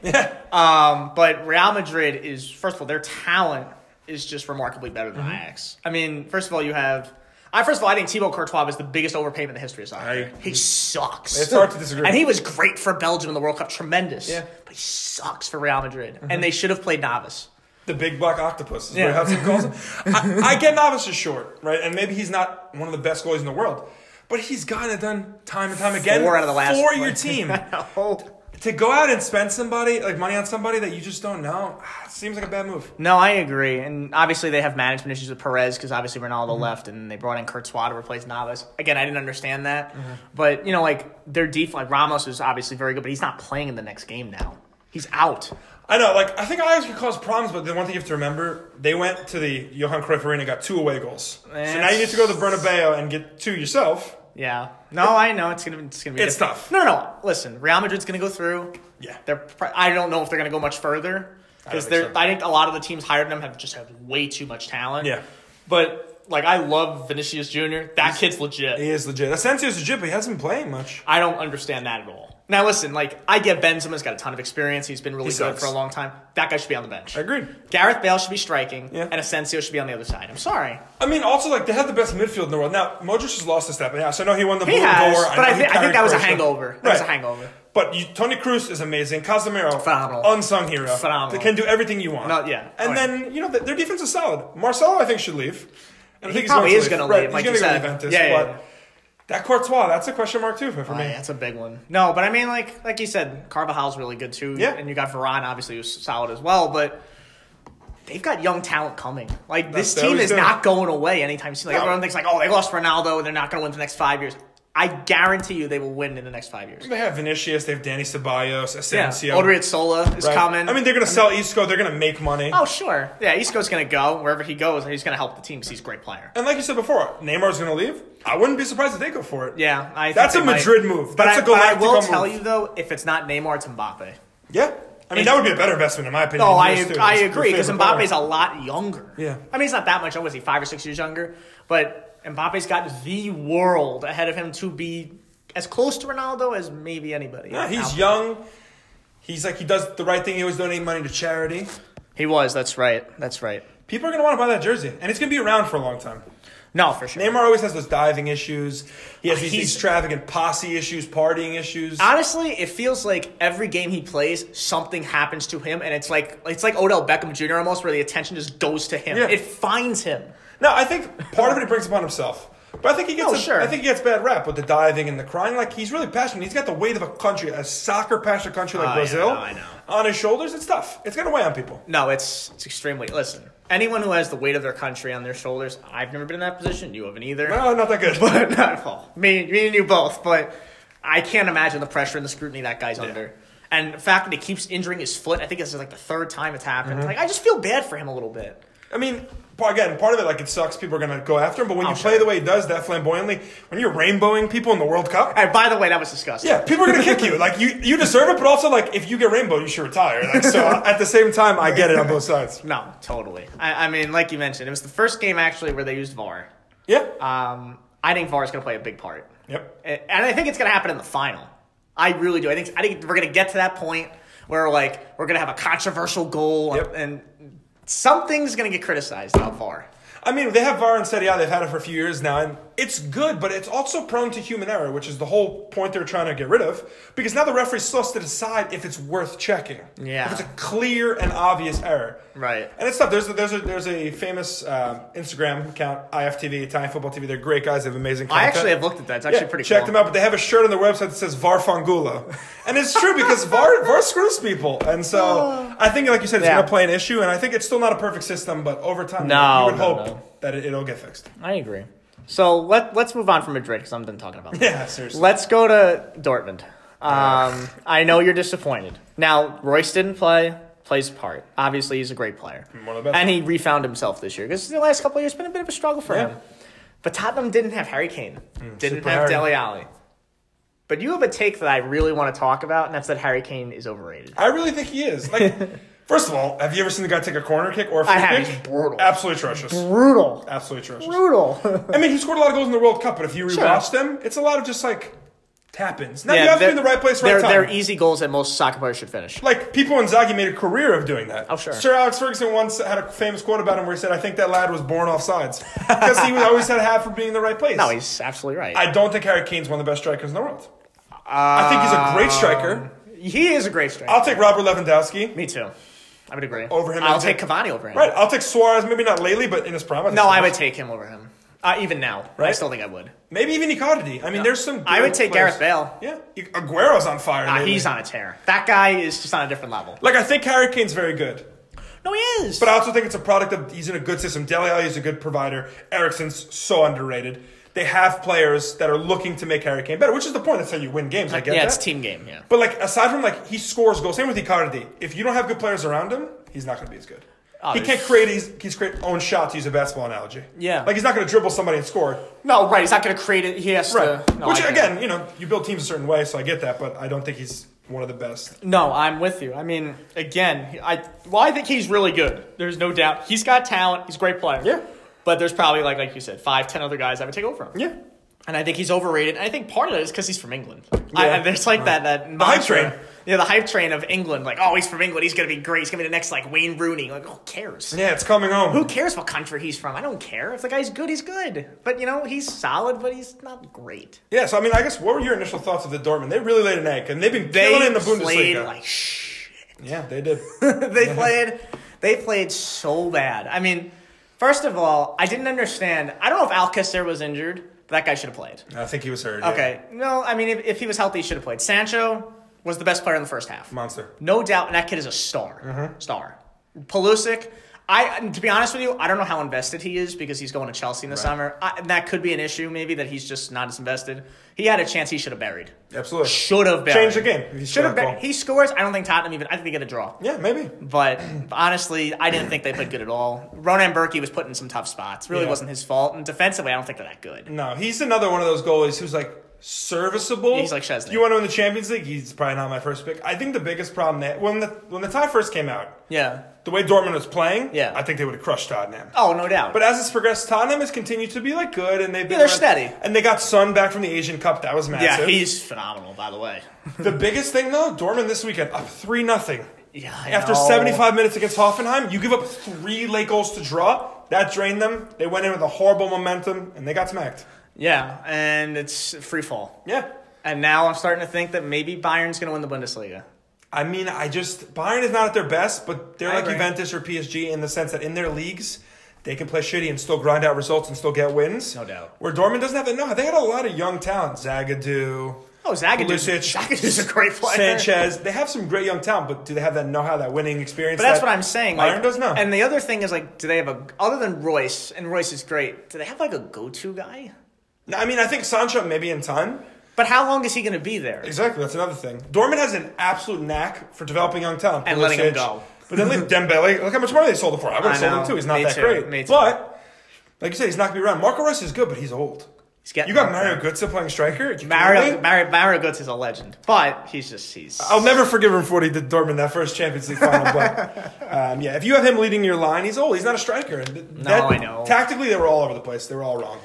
S1: um, but Real Madrid is first of all, their talent is just remarkably better than
S2: Mm-hmm.
S1: Ajax. I mean, first of all, you have. I first of all, I think Thibaut Courtois is the biggest overpayment in the history of soccer.
S2: I-
S1: he sucks.
S2: It's hard to disagree.
S1: And he was great for Belgium in the World Cup, tremendous.
S2: Yeah. Mm-hmm.
S1: But he sucks for Real Madrid, and they should have played Navas.
S2: The big black octopus is
S1: Yeah.
S2: what Hudson calls him. I, I get Novice is short, right? And maybe he's not one of the best goalies in the world, but he's gotten it done time and time again
S1: Four out of the last four.
S2: for your team.
S1: No.
S2: to go out and spend somebody like money on somebody that you just don't know ah, it seems like a bad move.
S1: No, I agree. And obviously, they have management issues with Perez because obviously Ronaldo
S2: Mm-hmm.
S1: left and they brought in Courtois to replace Navas. Again, I didn't understand that.
S2: Mm-hmm.
S1: But, you know, like their defense, like Ramos is obviously very good, but he's not playing in the next game now. He's out.
S2: I know, like I think Ajax could cause problems, but the one thing you have to remember, they went to the Johan Cruyff Arena, and got two away goals. So now you need to go to the Bernabeu and get two yourself.
S1: Yeah. No, I know. It's going to be It's, gonna be
S2: It's
S1: different.
S2: tough.
S1: No, no, no. Listen, Real Madrid's going to go through.
S2: Yeah.
S1: They're, pr- I don't know if they're going to go much further because
S2: think
S1: they're.
S2: so.
S1: I think a lot of the teams hired them have just have way too much talent.
S2: Yeah.
S1: But, like, I love Vinicius Jr. That kid's legit.
S2: He is legit. Asensio's legit, but he hasn't been playing much.
S1: I don't understand that at all. Now listen, like I get Benzema's got a ton of experience. He's been really
S2: He
S1: good
S2: sucks.
S1: for a long time. That guy should be on the bench.
S2: Agreed.
S1: Gareth Bale should be striking,
S2: Yeah.
S1: and Asensio should be on the other side. I'm sorry,
S2: I mean, also like they have the best midfield in the world. Now Modric has lost a step. Yeah, so I know he won the
S1: he
S2: Ballon
S1: has,
S2: d'Or.
S1: but
S2: know
S1: I,
S2: he
S1: thi- I
S2: carried
S1: think that was a
S2: Croatia.
S1: hangover. That was a
S2: Right.
S1: hangover.
S2: But you, Tony Cruz is amazing. Casemiro,
S1: Phenomenal.
S2: unsung hero,
S1: Phenomenal.
S2: They can do everything you want.
S1: No, yeah. Oh,
S2: And
S1: yeah.
S2: then you know th- their defense is solid. Marcelo, I think should leave. And I think he's
S1: probably
S2: going
S1: is gonna
S2: Right,
S1: leave,
S2: He's
S1: like
S2: gonna
S1: you
S2: go to
S1: said.
S2: Juventus,
S1: Yeah, yeah,
S2: but
S1: yeah.
S2: that Courtois, that's a question mark too for for
S1: Oh,
S2: me.
S1: yeah, that's a big one. No, but I mean, like like you said, Carvajal's really good too.
S2: Yeah.
S1: and you got Varane obviously who's solid as well, but. They've got young talent coming. Like this
S2: That's- they
S1: team
S2: always
S1: is
S2: do.
S1: not going away anytime soon. Like
S2: No.
S1: everyone thinks, like, oh, they lost Ronaldo, and they're not going to win for the next five years. I guarantee you, they will win in the next five years.
S2: They have Vinicius. They have Danny Ceballos,
S1: Yeah.
S2: Asensio.
S1: Odriot Sola is
S2: right?
S1: coming.
S2: I mean, they're gonna sell Isco. They're gonna make money.
S1: oh sure, yeah. Isco's gonna go wherever he goes, and he's gonna help the team because he's a great player.
S2: And like you said before, Neymar's gonna leave. I wouldn't be surprised if they go for it.
S1: Yeah, I. think
S2: That's
S1: they
S2: a
S1: might.
S2: Madrid move.
S1: But
S2: That's
S1: I,
S2: a
S1: but I
S2: Galactico
S1: will tell
S2: move.
S1: you though, if it's not Neymar, it's Mbappe.
S2: Yeah. I mean, that would be a better investment in my opinion.
S1: Oh,
S2: than
S1: I
S2: yours, too.
S1: I
S2: Your
S1: agree because
S2: favorite
S1: Mbappe's
S2: player.
S1: a lot younger.
S2: Yeah.
S1: I mean, he's not that much younger. Is he five or six years younger? But Mbappe's got the world ahead of him to be as close to Ronaldo as maybe anybody.
S2: Yeah, he's
S1: Now,
S2: young. He's like he does the right thing. He always donates money to charity.
S1: He was. That's right. That's right.
S2: People are gonna want to buy that jersey, and it's gonna be around for a long time.
S1: No, for sure.
S2: Neymar always has those diving issues. He has these
S1: He's-
S2: extravagant posse issues, partying issues.
S1: Honestly, it feels like every game he plays, something happens to him, and it's like it's like Odell Beckham Jr. almost, where the attention just goes to him.
S2: Yeah.
S1: It finds him.
S2: no, I think part of it he brings upon himself. But I think he gets
S1: Oh,
S2: a-
S1: sure.
S2: I think he gets bad rap with the diving and the crying. Like he's really passionate. He's got the weight of a country, a soccer passionate country like
S1: Oh, yeah,
S2: Brazil,
S1: no, I know.
S2: on his shoulders. It's tough. It's gonna weigh on people.
S1: No, it's it's extremely. Listen, anyone who has the weight of their country on their shoulders, I've never been in that position. You haven't either.
S2: No, not that good.
S1: Not at all. Me, me and you both, but I can't imagine the pressure and the scrutiny that guy's under. And the fact that he keeps injuring his foot, I think this is like the third time it's happened. Like I just feel bad for him a little bit.
S2: I mean, pa- again, part of it, like, it sucks. People are going to go after him. But when you
S1: Oh,
S2: play
S1: sure.
S2: the way he does that flamboyantly, when you're rainbowing people in the World Cup,
S1: And by the way, that was disgusting.
S2: yeah, people are going to kick you. Like, you, you deserve it. But also, like, if you get rainbowed, you should retire. Like, so at the same time, I get it on both sides.
S1: No, totally. I, I mean, like you mentioned, it was the first game actually where they used VAR.
S2: Yeah.
S1: Um, I think VAR is going to play a big part,
S2: yep.
S1: and, and I think it's going to happen in the final. I really do. I think I think we're going to get to that point where like we're going to have a controversial goal,
S2: Yep.
S1: and, and something's going to get criticized about VAR.
S2: I mean, they have VAR in Serie A. They've had it for a few years now, and it's good, but it's also prone to human error, which is the whole point they're trying to get rid of. Because now the referee's supposed to decide if it's worth checking.
S1: Yeah.
S2: If it's a clear and obvious error.
S1: Right.
S2: And it's tough. There's a, there's a, there's a famous um, Instagram account, IFTV, Italian Football TV. They're great guys. They have amazing
S1: I
S2: content.
S1: actually have looked at that. It's
S2: Yeah,
S1: actually pretty
S2: check
S1: cool.
S2: them out. But they have a shirt on their website that says VAR Fangulo. And it's true because VAR, VAR screws people. And so I think, like you said, it's
S1: Oh. Yeah.
S2: going to play an issue. And I think it's still not a perfect system, but over time,
S1: No,
S2: you would
S1: no,
S2: hope
S1: no.
S2: that it, it'll get fixed.
S1: I agree. So let let's move on from Madrid because I'm done talking about. That.
S2: Yeah, seriously.
S1: Let's go to Dortmund. Um, I know you're disappointed. Now, Royce didn't play, plays a part. Obviously, he's a great player.
S2: One of the best.
S1: And he refound himself this year because the last couple of years been a bit of a struggle for
S2: Yeah. Hmm,
S1: him. But Tottenham didn't have Harry Kane, didn't
S2: super
S1: have
S2: Harry.
S1: Deli Alley. But you have a take that I really want to talk about, and that's that Harry Kane is overrated.
S2: I really think he is. Like, first of all, have you ever seen the guy take a corner kick or a free
S1: I have.
S2: kick?
S1: He's brutal.
S2: Absolutely atrocious.
S1: Brutal.
S2: Absolutely atrocious.
S1: Brutal.
S2: I mean, he scored a lot of goals in the World Cup, but if you rewatch them, it's a lot of just like tap-ins. Now you have to be in the right place, right
S1: they're,
S2: time.
S1: They're e- easy goals that most soccer players should finish.
S2: like people in Zaggy made a career of doing that.
S1: Oh, sure.
S2: Sir Alex Ferguson once had a famous quote about him where he said, "I think that lad was born off sides because he was always had a half for being in the right place."
S1: No, he's absolutely right.
S2: I don't think Harry Kane's one of the best strikers in the world. I think he's a great
S1: Um,
S2: striker.
S1: he is a great striker.
S2: I'll take Robert Lewandowski.
S1: Me too. I would agree.
S2: Over him,
S1: I'll
S2: I'll
S1: take
S2: take-
S1: Cavani over him.
S2: Right, I'll take Suarez. Maybe not lately, but in his prime. I think
S1: No, I
S2: Suarez.
S1: would take him over him. Uh, even now, I
S2: Right?
S1: still think I would.
S2: Maybe even Icardi. I mean, there's some.
S1: I would
S2: good
S1: take
S2: players.
S1: Gareth Bale.
S2: Yeah, I- Aguero's on fire.
S1: Uh,
S2: lately.
S1: he's on a tear. That guy is just on a different level.
S2: Like I think Harry Kane's very good,
S1: No, he is.
S2: but I also think it's a product of he's in a good system. Dele Alli is a good provider. Ericsson's so underrated. They have players that are looking to make Harry Kane better, which is the point. That's how you win games. I get
S1: yeah,
S2: that.
S1: it's a team game. Yeah.
S2: But like aside from like he scores goals, same with Icardi. If you don't have good players around him, he's not going to be as good.
S1: Oh,
S2: he
S1: there's-
S2: can't create his he's create own shot to use a basketball analogy.
S1: Yeah.
S2: like he's not going to dribble somebody and score.
S1: No, right. He's not going to create it. He has
S2: Right.
S1: to. No,
S2: Which
S1: I get
S2: again, you know, you build teams a certain way, so I get that, but I don't think he's one of the best.
S1: it. No, I'm with you. I mean, again, I well, I think he's really good. There's no doubt. He's got talent. He's a great player.
S2: Yeah.
S1: But there's probably like like you said, five, ten other guys I would take over him.
S2: Yeah.
S1: And I think he's overrated. And I think part of it is because he's from England. I,
S2: Yeah.
S1: I- there's like that that the
S2: hype train.
S1: Yeah, the hype train of England. Like, oh, he's from England. He's gonna be great. He's gonna be the next like Wayne Rooney. Like, who cares?
S2: Yeah, it's coming home.
S1: Who cares what country he's from? I don't care. If the guy's good, he's good. But you know, he's solid, but he's not great.
S2: Yeah, so I mean, I guess what were your initial thoughts of the Dortmund? They really laid an egg, and they've been
S1: They
S2: killing it in the
S1: played
S2: Bundesliga.
S1: like shh.
S2: yeah, they did.
S1: they played. They played so bad. I mean, first of all, I didn't understand. I don't know if Alcacer was injured, but that guy should have played.
S2: I think he was hurt. yeah.
S1: Okay. No, I mean, if, if he was healthy, he should have played. Sancho was the best player in the first half.
S2: monster.
S1: No doubt, and that kid is a star.
S2: Mm-hmm.
S1: Star. Pulisic, I and to be honest with you, I don't know how invested he is because he's going to Chelsea in the summer. I, and that could be an issue, maybe that he's just not as invested. He had a chance he should have buried.
S2: Absolutely.
S1: Should have buried.
S2: Change the game if he
S1: Should have
S2: scored that
S1: buried.
S2: goal.
S1: He scores. I don't think Tottenham even. I think they get a draw.
S2: Yeah, maybe.
S1: But honestly, I didn't think they played good at all. Ronan Berkey was put in some tough spots. Really
S2: Yeah.
S1: wasn't his fault. And defensively, I don't think they're that good.
S2: No, he's another one of those goalies who's like serviceable.
S1: He's like Szczesny.
S2: You want to win the Champions League? He's probably not my first pick. I think the biggest problem that when the when the tie first came out,
S1: Yeah.
S2: the way Dortmund was playing,
S1: Yeah.
S2: I think they would have crushed Tottenham.
S1: Oh, no doubt.
S2: But as it's progressed, Tottenham has continued to be like good, and they've been
S1: they're
S2: around-
S1: steady.
S2: And they got Sun back from the Asian Cup. That was
S1: yeah,
S2: massive.
S1: he's phenomenal, by the way.
S2: the biggest thing though. Dortmund this weekend up three nothing.
S1: Yeah. I
S2: After
S1: know.
S2: 75 minutes against Hoffenheim, you give up three late goals to draw. That drained them. They went in with a horrible momentum and they got smacked.
S1: Yeah, and it's free fall.
S2: Yeah.
S1: And now I'm starting to think that maybe Bayern's going to win the Bundesliga.
S2: I mean, I just Bayern is not at their best, but they're
S1: I
S2: like
S1: agree.
S2: Juventus or PSG in the sense that in their leagues, they can play shitty and still grind out results and still get wins.
S1: No doubt.
S2: Where Dortmund doesn't have it. No, they had a lot of young talent. Zagadou,
S1: Oh, Zagadou's,
S2: Pulisic,
S1: Zagadou's a great player.
S2: Sanchez. They have some great young talent, but do they have that know-how, that winning experience?
S1: But that's
S2: that
S1: what I'm saying.
S2: Bayern
S1: like,
S2: does not.
S1: And the other thing is, like, do they have a other than Royce? And Royce is great. Do they have like a go-to guy?
S2: I mean, I think Sancho maybe in time.
S1: But how long is he going to be there?
S2: Exactly, that's another thing. Dortmund has an absolute knack for developing young talent
S1: And letting 'em
S2: Pulisic,
S1: go.
S2: But then like Dembele, look how much money they sold him for. I would have
S1: I
S2: sold
S1: know.
S2: him too. He's not
S1: Me
S2: that
S1: too.
S2: great.
S1: Me too.
S2: But like you said, he's not gonna be around. Marco Rose is good, but he's old.
S1: He's getting
S2: You got
S1: up
S2: Mario
S1: there.
S2: Götze playing striker. Are you kidding
S1: Mario,
S2: me?
S1: Mario, Mario Götze is a legend, but he's just he's.
S2: I'll never forgive him for what he did to Dortmund that first Champions League final. but um, yeah, if you have him leading your line, he's old. He's not a striker. And th- that-
S1: I know.
S2: Tactically, they were all over the place. They were all wrong.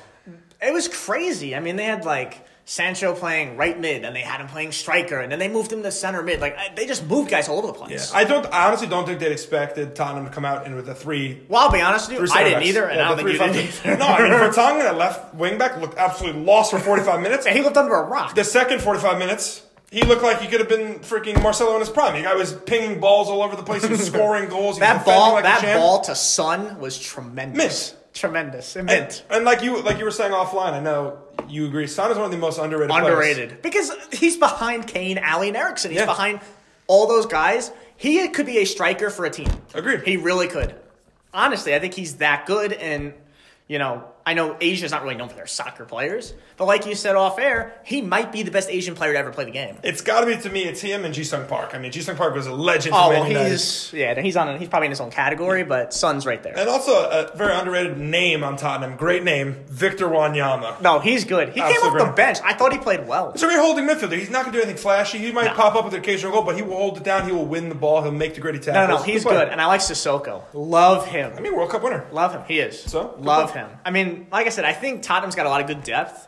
S1: It was crazy. I mean, they had like Sancho playing right mid, and they had him playing striker, and then they moved him to center mid. Like I, they just moved guys all over the place.
S2: I don't. I honestly don't think they'd expected Tottenham to come out and with a three.
S1: well, I'll be honest with you,
S2: three
S1: I didn't
S2: centre-backs.
S1: either, and
S2: Yeah,
S1: I don't
S2: the
S1: think you
S2: three
S1: did
S2: fucking-
S1: either.
S2: No, I mean Vertonghen, that left wing back, looked absolutely lost for forty five minutes.
S1: he looked under a rock.
S2: The second 45 minutes, he looked like he could have been freaking Marcelo in his prime. The guy was pinging balls all over the place. He was scoring goals. He was
S1: that
S2: defending
S1: ball,
S2: like a
S1: that
S2: champ.
S1: ball to Sun was tremendous.
S2: Miss.
S1: Tremendous. It
S2: And,
S1: meant
S2: and like you, like you were saying offline, I know you agree. Son is one of the most underrated. players.
S1: underrated because he's behind Kane, Allen, and Erickson. He's
S2: Yeah.
S1: behind all those guys. He could be a striker for a team.
S2: Agreed.
S1: He really could. Honestly, I think he's that good. And you know, I know Asia's not really known for their soccer players, but like you said off air, he might be the best Asian player to ever play the game.
S2: It's got to be to me. It's him and Jisung Park. I mean, Jisung Park was a legend.
S1: Oh,
S2: for
S1: well,
S2: Man United.
S1: he's yeah, he's on. He's probably in his own category, but Son's right there.
S2: and also a very underrated name on Tottenham. Great name, Victor Wanyama.
S1: No, he's good. He came
S2: Absolute
S1: off the
S2: grand.
S1: bench. I thought he played well.
S2: He's a great holding midfielder. He's not going to do anything flashy. He might pop up with an occasional goal, but he will hold it down. He will win the ball. He'll make the gritty
S1: No,
S2: tackles.
S1: no, no, he's
S2: player.
S1: good, and I like Sissoko. Love him.
S2: I mean, World Cup winner.
S1: Love him. He is.
S2: So? Good
S1: love
S2: point.
S1: him. I mean, like I said, I think Tottenham's got a lot of good depth,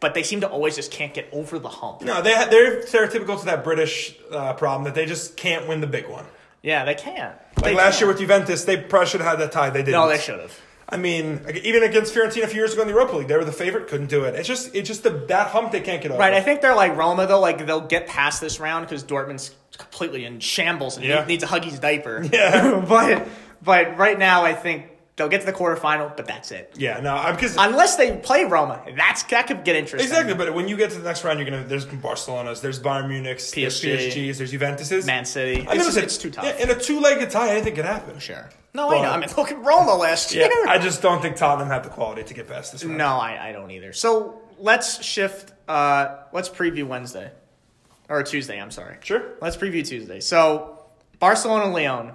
S1: but they seem to always just can't get over the hump.
S2: No, they they're stereotypical to that British uh, problem that they just can't win the big one.
S1: Yeah, they can't.
S2: Like last year with Juventus, they probably should have had that tie. They didn't.
S1: No, they should have.
S2: I mean, like, even against Fiorentina a few years ago in the Europa League, they were the favorite, couldn't do it. It's just it's just the, that hump they can't get over.
S1: Right. I think they're like Roma though. Like they'll get past this round because Dortmund's completely in shambles and
S2: Yeah.
S1: he needs a Huggies diaper.
S2: Yeah.
S1: but but right now, I think they'll get to the quarterfinal, but that's it.
S2: yeah, no, I'm because
S1: Unless they play Roma, that's that could get interesting.
S2: exactly. But when you get to the next round, you're gonna there's Barcelona's, there's Bayern Munich's,
S1: PSG.
S2: there's PSG's, there's Juventus's,
S1: Man City.
S2: I mean,
S1: it's,
S2: listen,
S1: it's too tough.
S2: Yeah, in a two-legged tie, anything could happen.
S1: sure. No, I
S2: But-
S1: know. I mean, look at Roma last
S2: Yeah,
S1: year.
S2: I just don't think Tottenham have the quality to get past this round.
S1: No, I, I don't either. So let's shift. Uh, let's preview Wednesday or Tuesday. I'm sorry.
S2: Sure.
S1: Let's preview Tuesday. So Barcelona Leon.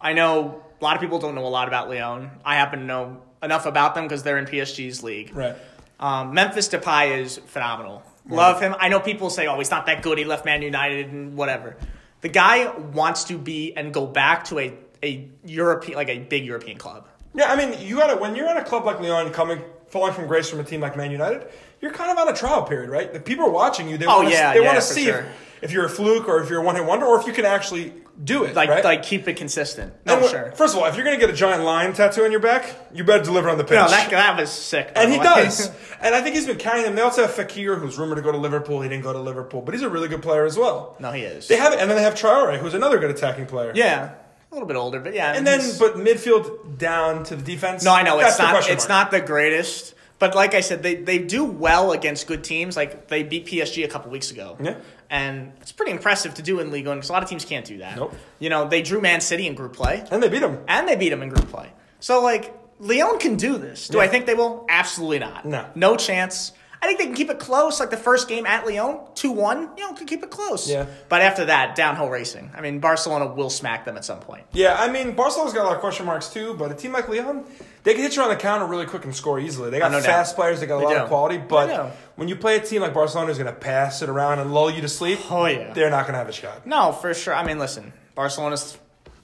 S1: I know a lot of people don't know a lot about Leon. I happen to know enough about them because they're in PSG's league.
S2: Right.
S1: Um, Memphis Depay is phenomenal. Love him. I know people say, "Oh, he's not that good. He left Man United and whatever." The guy wants to be and go back to a a European like a big European club.
S2: Yeah, I mean, you gotta when you're at a club like Leon, coming falling from grace from a team like Man United, you're kind of on a trial period, right? The people are watching you. They
S1: Oh,
S2: wanna,
S1: yeah,
S2: they
S1: yeah,
S2: want to
S1: for
S2: see
S1: sure.
S2: if, if you're a fluke or if you're a one hit wonder or if you can actually do it.
S1: Like
S2: right?
S1: like keep it consistent.
S2: And
S1: No,
S2: wh-
S1: sure.
S2: First of all, if you're gonna get a giant lion tattoo on your back, you better deliver on the pitch.
S1: No, that that was sick. by
S2: and he
S1: the way.
S2: does. and I think he's been carrying them. They also have Fakir, who's rumored to go to Liverpool. He didn't go to Liverpool, but he's a really good player as well.
S1: no, he is.
S2: They have it, and then they have Traore, who's another good attacking player.
S1: yeah, a little bit older, but yeah.
S2: And then,
S1: he's-
S2: but midfield down to the defense.
S1: no, I know
S2: that's
S1: it's
S2: the
S1: not.
S2: question
S1: It's
S2: mark.
S1: not the greatest. But like I said, they, they do well against good teams. Like they beat PSG a couple weeks ago.
S2: Yeah.
S1: And it's pretty impressive to do in league one because a lot of teams can't do that.
S2: Nope.
S1: You know, they drew Man City in group play
S2: And they beat him.
S1: and they beat them in group play. So like Leon can do this. Do I
S2: Yeah.
S1: think they will? Absolutely not.
S2: No.
S1: No chance. I think they can keep it close, like the first game at Lyon, 2 1, you know, can keep it close.
S2: Yeah.
S1: But after that, downhill racing. I mean, Barcelona will smack them at some point.
S2: Yeah, I mean, Barcelona's got a lot of question marks too, but a team like Leon, they can hit you on the counter really quick and score easily. They got
S1: Oh, no
S2: fast
S1: doubt.
S2: players, they got a
S1: They
S2: lot
S1: do.
S2: of quality,
S1: They do.
S2: but when you play a team like Barcelona who's going to pass it around and lull you to sleep,
S1: Oh, yeah.
S2: they're not going to have a shot.
S1: No, for sure. I mean, listen, Barcelona's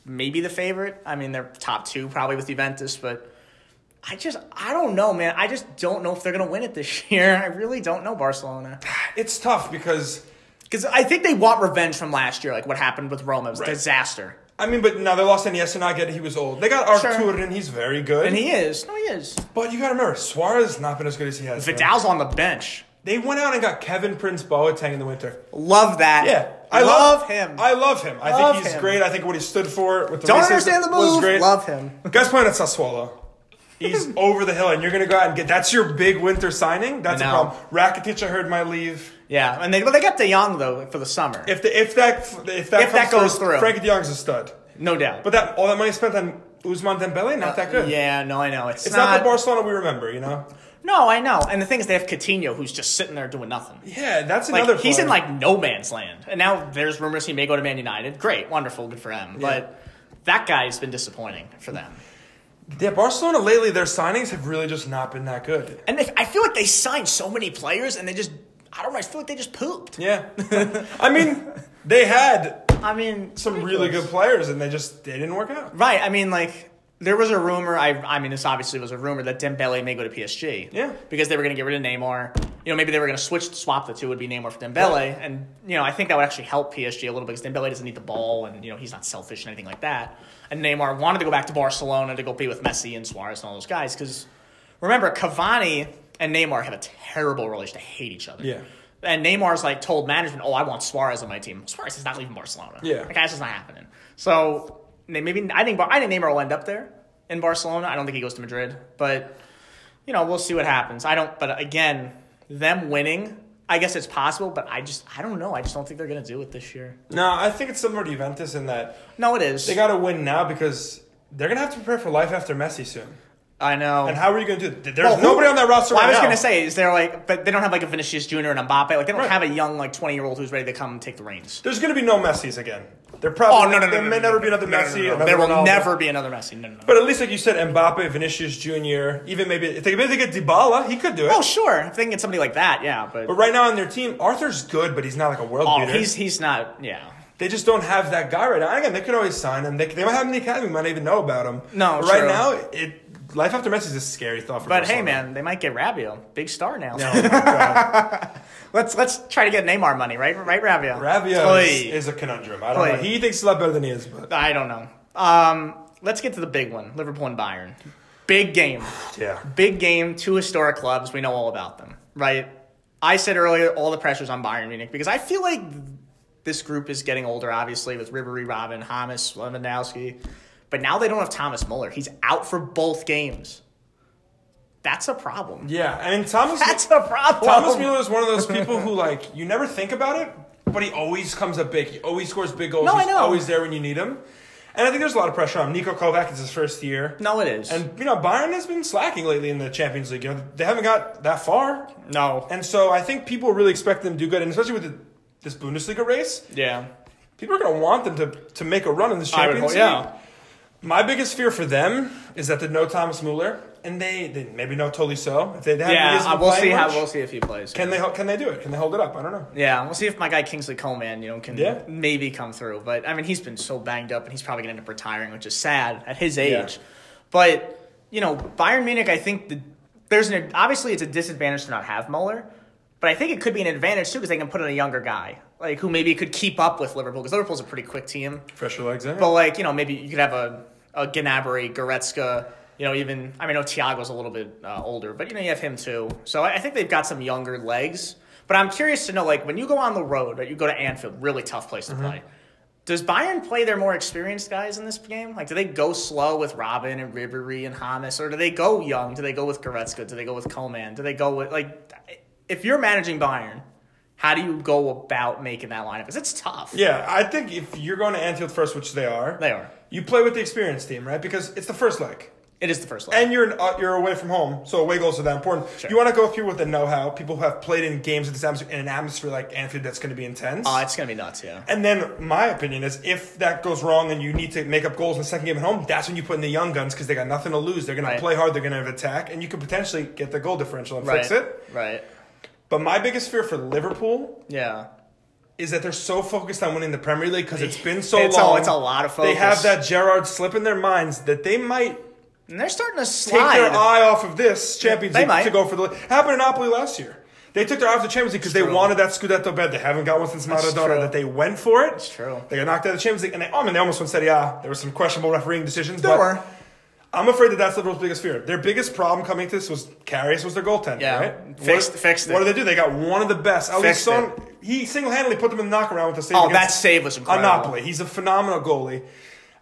S1: maybe the favorite. I mean, they're top two probably with Juventus, but I just, I don't know, man. I just don't know if they're going to win it this year. I really don't know Barcelona.
S2: It's tough because,
S1: Because I think they want revenge from last year, like what happened with Roma. It was a
S2: Right.
S1: disaster.
S2: I mean, but now they lost Iniesta and I get it, he was old. They got
S1: Sure.
S2: Artur and he's very good.
S1: And he is. No, he is.
S2: but you got to remember, Suarez not been as good as he has been.
S1: Vidal's on the bench.
S2: They went out and got Kevin Prince Boateng in the winter.
S1: Love that.
S2: Yeah.
S1: I love, him.
S2: I love him. I
S1: Love
S2: think he's
S1: him.
S2: great. I think what he stood for with the
S1: Don't
S2: racism
S1: understand the
S2: was
S1: move.
S2: great.
S1: Love him.
S2: The Guy's playing at Sassuolo. He's over the hill, and you're going to go out and get that's your big winter signing. That's a
S1: I know.
S2: problem. Rakitic, I heard my leave.
S1: Yeah, and they well, they got De Jong though for the summer,
S2: If the, if that if that,
S1: If that
S2: comes
S1: goes through.
S2: Frankie De Jong's a stud.
S1: no doubt.
S2: But that all that money spent on Usman Dembele, not that good.
S1: Uh, yeah, no, I know it's,
S2: it's not,
S1: not.
S2: the Barcelona we remember. You know.
S1: no, I know. And the thing is, they have Coutinho who's just sitting there doing nothing.
S2: Yeah, that's
S1: Like
S2: another.
S1: he's in
S2: player.
S1: like no man's land, and now there's rumors he may go to Man United. Great, wonderful, good for him. But that guy's been disappointing for them.
S2: Yeah, Barcelona lately, their signings have really just not been that good.
S1: And they, I feel like they signed so many players, and they just I don't know. I feel like they just pooped.
S2: Yeah. I mean, they had
S1: I mean,
S2: some really good players and they just they didn't work out.
S1: Right. I mean, like there was a rumor. I I mean, this obviously was a rumor that Dembele may go to PSG.
S2: Yeah.
S1: Because they were going to get rid of Neymar. You know, maybe they were going to switch swap the two. Would be Neymar for Dembele, and you know, I think that would actually help PSG a little because Dembele doesn't need the ball, and you know, he's not selfish and anything like that. And Neymar wanted to go back to Barcelona to go be with Messi and Suarez and all those guys because remember Cavani and Neymar have a terrible relation. They hate each other.
S2: Yeah.
S1: And Neymar's like told management, "Oh, I want Suarez on my team. Suarez is not leaving Barcelona.
S2: Yeah.
S1: like that's just not happening." So may- maybe I think Bar- I think Neymar will end up there in Barcelona. I don't think he goes to Madrid, but you know we'll see what happens. I don't. But again, them winning, I guess it's possible. But I just I don't know. I just don't think they're gonna do it this year.
S2: No, I think it's similar to Juventus in that
S1: No, it is.
S2: they got to win now because they're going to have to prepare for life after Messi soon.
S1: I know.
S2: And how are you going to do it? There's
S1: Well, who-
S2: nobody on that roster
S1: Well,
S2: right
S1: I was
S2: now.
S1: gonna say, is there like, but they don't have like a Vinicius Junior and Mbappe. Like they don't
S2: Right.
S1: have a young like twenty year old who's ready to come take the reins.
S2: There's going to be no Messis again. They're probably,
S1: Oh no no no!
S2: There
S1: no,
S2: may
S1: no,
S2: never
S1: no,
S2: be another
S1: no, no, no,
S2: Messi.
S1: no.
S2: another
S1: There will
S2: Ronaldo.
S1: never be another Messi. No no no.
S2: But at least, like you said, Mbappe, Vinicius Jr., even maybe if they, maybe they get Dybala, he could do it.
S1: Oh sure, if they can get somebody like that, yeah. But,
S2: But right now on their team, Arthur's good, but he's not like a world
S1: oh,
S2: beater.
S1: he's he's not. Yeah.
S2: They just don't have that guy right now. And again, they could always sign him. They, they might have him in the academy. Might not even know about him.
S1: No,
S2: But right
S1: true.
S2: now, it life after Messi is a scary thought. for
S1: But hey,
S2: Barcelona.
S1: man, they might get Rabio, big star now.
S2: Oh my God.
S1: let's let's try to get Neymar money, right? Right, Rabio.
S2: Rabiot is,
S1: Oy.
S2: is a conundrum. I don't
S1: Oy.
S2: know. He thinks he's a lot better than he is, but
S1: I don't know. Um, let's get to the big one: Liverpool and Bayern. Big game.
S2: yeah.
S1: Big game, two historic clubs. We know all about them, right? I said earlier, all the pressure's on Bayern Munich because I feel like this group is getting older, obviously, with Ribery, Robin, Hamas, Lewandowski. But now they don't have Thomas Muller. He's out for both games. That's a problem.
S2: Yeah, and Thomas
S1: That's a problem.
S2: Thomas Mueller is one of those people who like you never think about it, but he always comes up big. He always scores big goals.
S1: No, I
S2: He's
S1: know.
S2: always there when you need him. And I think there's a lot of pressure on him. Niko Kovac. It's his first year.
S1: No, it is.
S2: And you know, Bayern has been slacking lately in the Champions League. You know, they haven't got that far.
S1: no.
S2: And so I think people really expect them to do good, and especially with the, this Bundesliga race,
S1: Yeah.
S2: people are going to want them to, to make a run in this
S1: I would
S2: Champions
S1: hope- yeah.
S2: League. My biggest fear for them is that they know Thomas Muller, and they, they maybe know Tolisso. If they have
S1: Yeah,
S2: Niguez
S1: uh, we'll
S2: playing
S1: see how
S2: much,
S1: we'll see if he plays.
S2: can they can they do it? Can they hold it up? I don't know.
S1: yeah, we'll see if my guy Kingsley Coleman, you know, can
S2: Yeah.
S1: maybe come through. But I mean, he's been so banged up, and he's probably going to end up retiring, which is sad at his age. But you know, Bayern Munich, I think the, there's an obviously it's a disadvantage to not have Muller, but I think it could be an advantage too because they can put in a younger guy like who maybe could keep up with Liverpool because Liverpool's a pretty quick team.
S2: Fresh legs in.
S1: But like you know, maybe you could have a a Gnabry, Goretzka. You know, even I mean, I know Thiago's a little bit uh, older, but you know, you have him too. So I, I think they've got some younger legs. But I'm curious to know, like, when you go on the road, right, you go to Anfield, really tough place to play. Does Bayern play their more experienced guys in this game? Like, do they go slow with Robin and Ribery and Hamas, or do they go young? Do they go with Goretzka? Do they go with Coman? Do they go with like, if you're managing Bayern, how do you go about making that lineup? Because it's tough.
S2: yeah, I think if you're going to Anfield first, which they are,
S1: they are.
S2: you play with the experienced team, right? Because it's the first leg.
S1: It is the first leg.
S2: And you're an, uh, you're away from home, so away goals are that important. You want to go through with the know-how, people who have played in games in, this atmosphere, in an atmosphere like Anfield that's going to be intense.
S1: Oh, it's gonna be nuts, yeah.
S2: and then my opinion is, if that goes wrong and you need to make up goals in the second game at home, that's when you put in the young guns because they got nothing to lose. They're going
S1: Right.
S2: to play hard. They're going to have attack, and you could potentially get the goal differential and
S1: Right.
S2: fix it.
S1: Right.
S2: But my biggest fear for Liverpool
S1: Yeah.
S2: is that they're so focused on winning the Premier League because it's been so
S1: It's a-
S2: long.
S1: it's a lot of
S2: They have
S1: focus.
S2: that Gerard slip in their minds that they might
S1: And they're starting to
S2: take
S1: slide.
S2: their eye off of this Champions
S1: They
S2: League
S1: might.
S2: to go for the. Happened in Napoli last year. They took their eye off the Champions League because they
S1: true.
S2: wanted that Scudetto bed. They haven't got one since
S1: That's
S2: Maradona.
S1: true.
S2: That they went for it.
S1: That's true.
S2: They got knocked out of the Champions League, and they, oh man, they almost won Serie A. There were some questionable refereeing decisions.
S1: There
S2: but
S1: were.
S2: I'm afraid that that's Liverpool's biggest fear. Their biggest problem coming to this was Karius was their goaltender,
S1: Yeah.
S2: right?
S1: Fixed-
S2: what,
S1: fixed it.
S2: What did they do? They got one of the best. At least
S1: Fixed
S2: Son, he single-handedly put them in the knockaround with the save.
S1: Oh,
S2: against
S1: that save was incredible.
S2: Anopoli. He's a phenomenal goalie.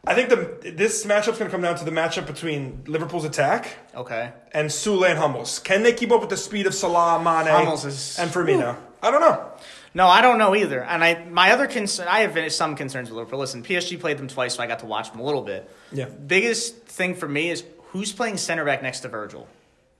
S2: I think the this matchup's going to come down to the matchup between Liverpool's attack
S1: Okay.
S2: and Sule and Hummels. Can they keep up with the speed of Salah, Mane,
S1: Hummels is-
S2: and Firmino? I don't know.
S1: No, I don't know either. And I my other concern I have some concerns with Liverpool. Listen, PSG played them twice, so I got to watch them a little bit.
S2: Yeah.
S1: Biggest thing for me is who's playing center back next to Virgil?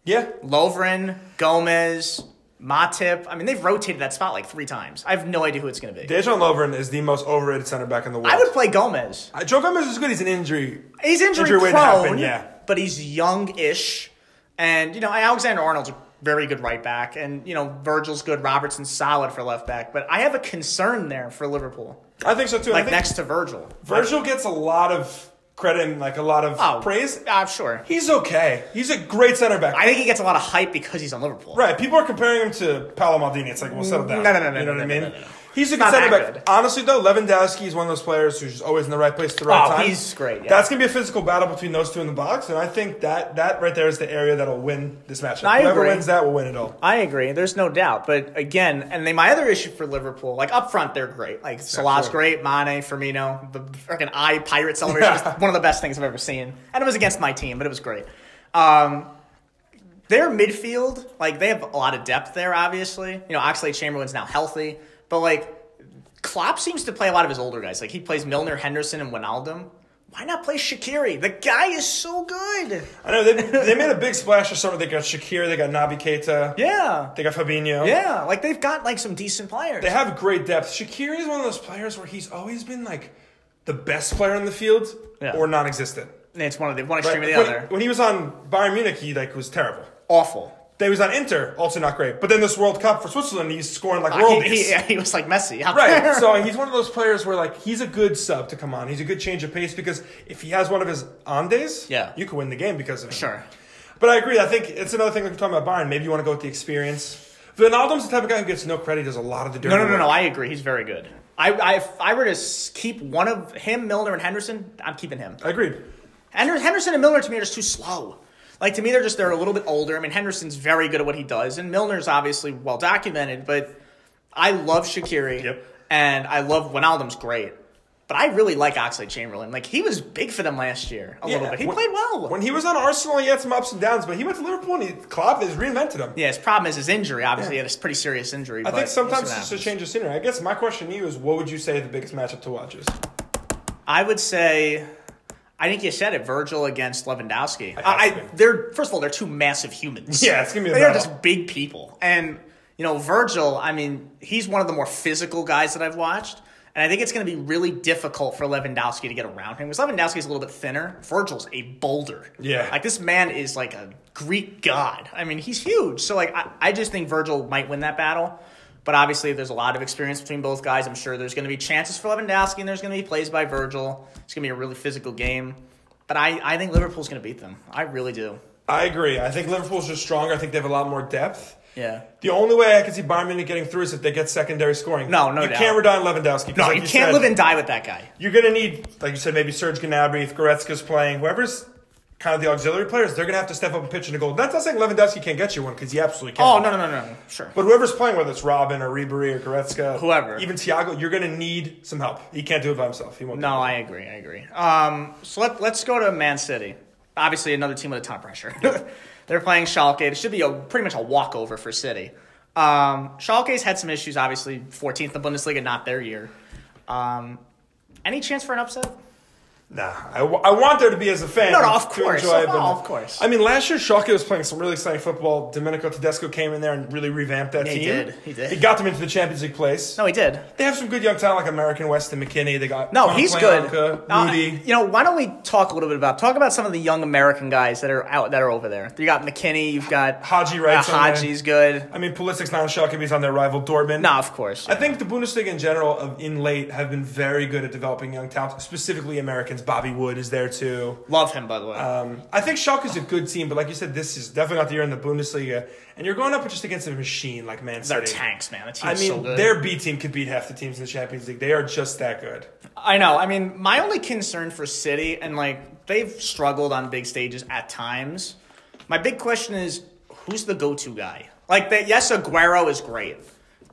S2: Yeah,
S1: Lovren, Gomez, Matip. I mean, they've rotated that spot like three times. I have no idea who it's going to be.
S2: Dejan Lovren is the most overrated center back in the world.
S1: I would play Gomez.
S2: Uh, Joe Gomez is good. He's an injury.
S1: He's injury,
S2: Injury
S1: prone,
S2: wouldn't happen, yeah.
S1: but he's young-ish, and you know Alexander Arnold's a very good right back, and you know Virgil's good, Robertson's solid for left back. But I have a concern there for Liverpool,
S2: I think so too. I
S1: like
S2: think
S1: next to Virgil.
S2: Virgil gets a lot of credit and like a lot of
S1: Oh,
S2: praise.
S1: I'm sure.
S2: He's okay. He's a great center back.
S1: I think he gets a lot of hype because he's on Liverpool.
S2: Right. People are comparing him to Paolo Maldini. It's like, well, settle down.
S1: No, no, no, no,
S2: You know
S1: no,
S2: what
S1: no,
S2: I mean?
S1: no, no, no.
S2: He's a good
S1: Not
S2: center
S1: that
S2: back.
S1: good.
S2: Honestly, though, Lewandowski is one of those players who's just always in the right place at the right
S1: Oh,
S2: time.
S1: he's great, yeah.
S2: That's going to be a physical battle between those two in the box, and I think that that right there is the area that'll win this matchup.
S1: I
S2: Whoever
S1: agree.
S2: wins that will win it all.
S1: I agree. There's no doubt. But again, and then my other issue for Liverpool, like up front, they're great. Like Salah's great, Mane, Firmino, the freaking eye pirate celebration was one of the best things I've ever seen. And it was against my team, but it was great. Um, their midfield, like they have a lot of depth there, obviously. You know, Oxley Chamberlain's now healthy, but like Klopp seems to play a lot of his older guys. Like he plays Milner, Henderson, and Wijnaldum. Why not play Shakiri? The guy is so good.
S2: I know they, they made a big splash this summer. They got Shakir, they got Nabi Keita,
S1: Yeah.
S2: they got Fabinho.
S1: Yeah. Like they've got like some decent players.
S2: They have great depth. Shakir is one of those players where he's always been like the best player in the field
S1: Yeah.
S2: or non-existent.
S1: And It's one of the one
S2: Right?
S1: extreme or the
S2: When-
S1: other.
S2: when he was on Bayern Munich, he like was terrible.
S1: Awful.
S2: They was on Inter, also not great. But then this World Cup for Switzerland, he's scoring like
S1: He,
S2: worldies.
S1: he, yeah, he was like Messi. out there.
S2: Right, so he's one of those players where like he's a good sub to come on. He's a good change of pace because if he has one of his on days,
S1: Yeah.
S2: you can win the game because of him.
S1: sure.
S2: But I agree. I think it's another thing like we're talking about Bayern. Maybe you want to go with the experience. Vinaldum's the type of guy who gets no credit. Does a lot of the dirty.
S1: No, no, no,
S2: work.
S1: no. I agree. He's very good. I, I, if I were to s- keep one of him, Milner, and Henderson, I'm keeping him.
S2: I agreed.
S1: Hender- Henderson and Milner to me are just too slow. Like to me, they're just they're a little bit older. I mean, Henderson's very good at what he does, and Milner's obviously well documented. But I love Shakiri,
S2: Yep.
S1: and I love Wijnaldum's great. But I really like Oxley Chamberlain. Like he was big for them last year a little
S2: Yeah,
S1: bit. He
S2: when-
S1: played well.
S2: When he was on Arsenal, he had some ups and downs, but he went to Liverpool and he, Klopp has reinvented him.
S1: Yeah, his problem is his injury. Obviously,
S2: Yeah.
S1: he had a pretty serious injury.
S2: I
S1: but
S2: think sometimes
S1: we'll see what
S2: it's just a
S1: happens.
S2: change of scenery. I guess my question to you is, what would you say the biggest matchup to watch is?
S1: I would say, I think you said it, Virgil against Lewandowski. I,
S2: has to
S1: I
S2: be.
S1: they're first of all, they're two massive humans.
S2: Yeah, it's gonna be a
S1: they're
S2: battle.
S1: just big people, and you know Virgil. I mean, he's one of the more physical guys that I've watched. And I think it's going to be really difficult for Lewandowski to get around him because Lewandowski's a little bit thinner. Virgil's a boulder.
S2: Yeah.
S1: Like this man is like a Greek god. I mean, he's huge. So like I, I just think Virgil might win that battle. But obviously there's a lot of experience between both guys. I'm sure there's gonna be chances for Lewandowski and there's gonna be plays by Virgil. It's gonna be a really physical game. But I, I think Liverpool's gonna beat them. I really do.
S2: I agree. I think Liverpool's just stronger. I think they have a lot more depth.
S1: Yeah.
S2: The only way I can see Bayern Munich getting through is if they get secondary scoring.
S1: No, no
S2: You
S1: doubt.
S2: can't rely on Lewandowski. 'cause
S1: No,
S2: like
S1: you can't
S2: said,
S1: live and die with that guy.
S2: You're going to need, like you said, maybe Serge Gnabry, if Goretzka's playing, whoever's kind of the auxiliary players, they're going to have to step up and pitch into goal. That's not saying Lewandowski can't get you one because he absolutely can.
S1: Oh no no no no. no. Sure.
S2: But whoever's playing, whether it's Robin or Ribery or Goretzka,
S1: Whoever.
S2: even Thiago, you're going to need some help. He can't do it by himself. He won't.
S1: No, I agree. I agree. Um, so let, let's go to Man City. Obviously, another team with a ton of pressure. They're playing Schalke. It should be a, pretty much a walkover for City. Um, Schalke's had some issues, obviously. 14th in the Bundesliga, not their year. Um, any chance for an upset?
S2: Nah, I, w- I want there to be as a fan.
S1: No, no, of
S2: to
S1: course.
S2: enjoy,
S1: Of-
S2: but-
S1: of course.
S2: I mean, last year Schalke was playing some really exciting football. Domenico Tedesco came in there and really revamped that
S1: Yeah, he
S2: team.
S1: did. He did.
S2: He got them into the Champions League place.
S1: No, he did.
S2: They have some good young talent like American Weston McKinney. They got
S1: No,
S2: Juan
S1: he's
S2: Planka,
S1: good. Uh,
S2: Moody.
S1: you know, why don't we talk a little bit about talk about some of the young American guys that are out that are over there? You got McKinney. You've got
S2: Haji Wright's
S1: Uh,
S2: on there.
S1: Haji's good.
S2: I mean, Pulisic's not on Schalke. but He's on their rival Dortmund.
S1: No, of course.
S2: I think the Bundesliga in general, of, in late, have been very good at developing young talent, specifically Americans. Bobby Wood is there too.
S1: Love him, by the way.
S2: Um, I think Schalke is a good team, but like you said, this is definitely not the year in the Bundesliga, and you're going up just against a machine like Man
S1: they're
S2: City.
S1: tanks, man. The team's
S2: I mean,
S1: so good.
S2: their B team could beat half the teams in the Champions League. They are just that good.
S1: I know. I mean, my only concern for City, and like they've struggled on big stages at times. My big question is, who's the go-to guy? Like that? Yes, Aguero is great,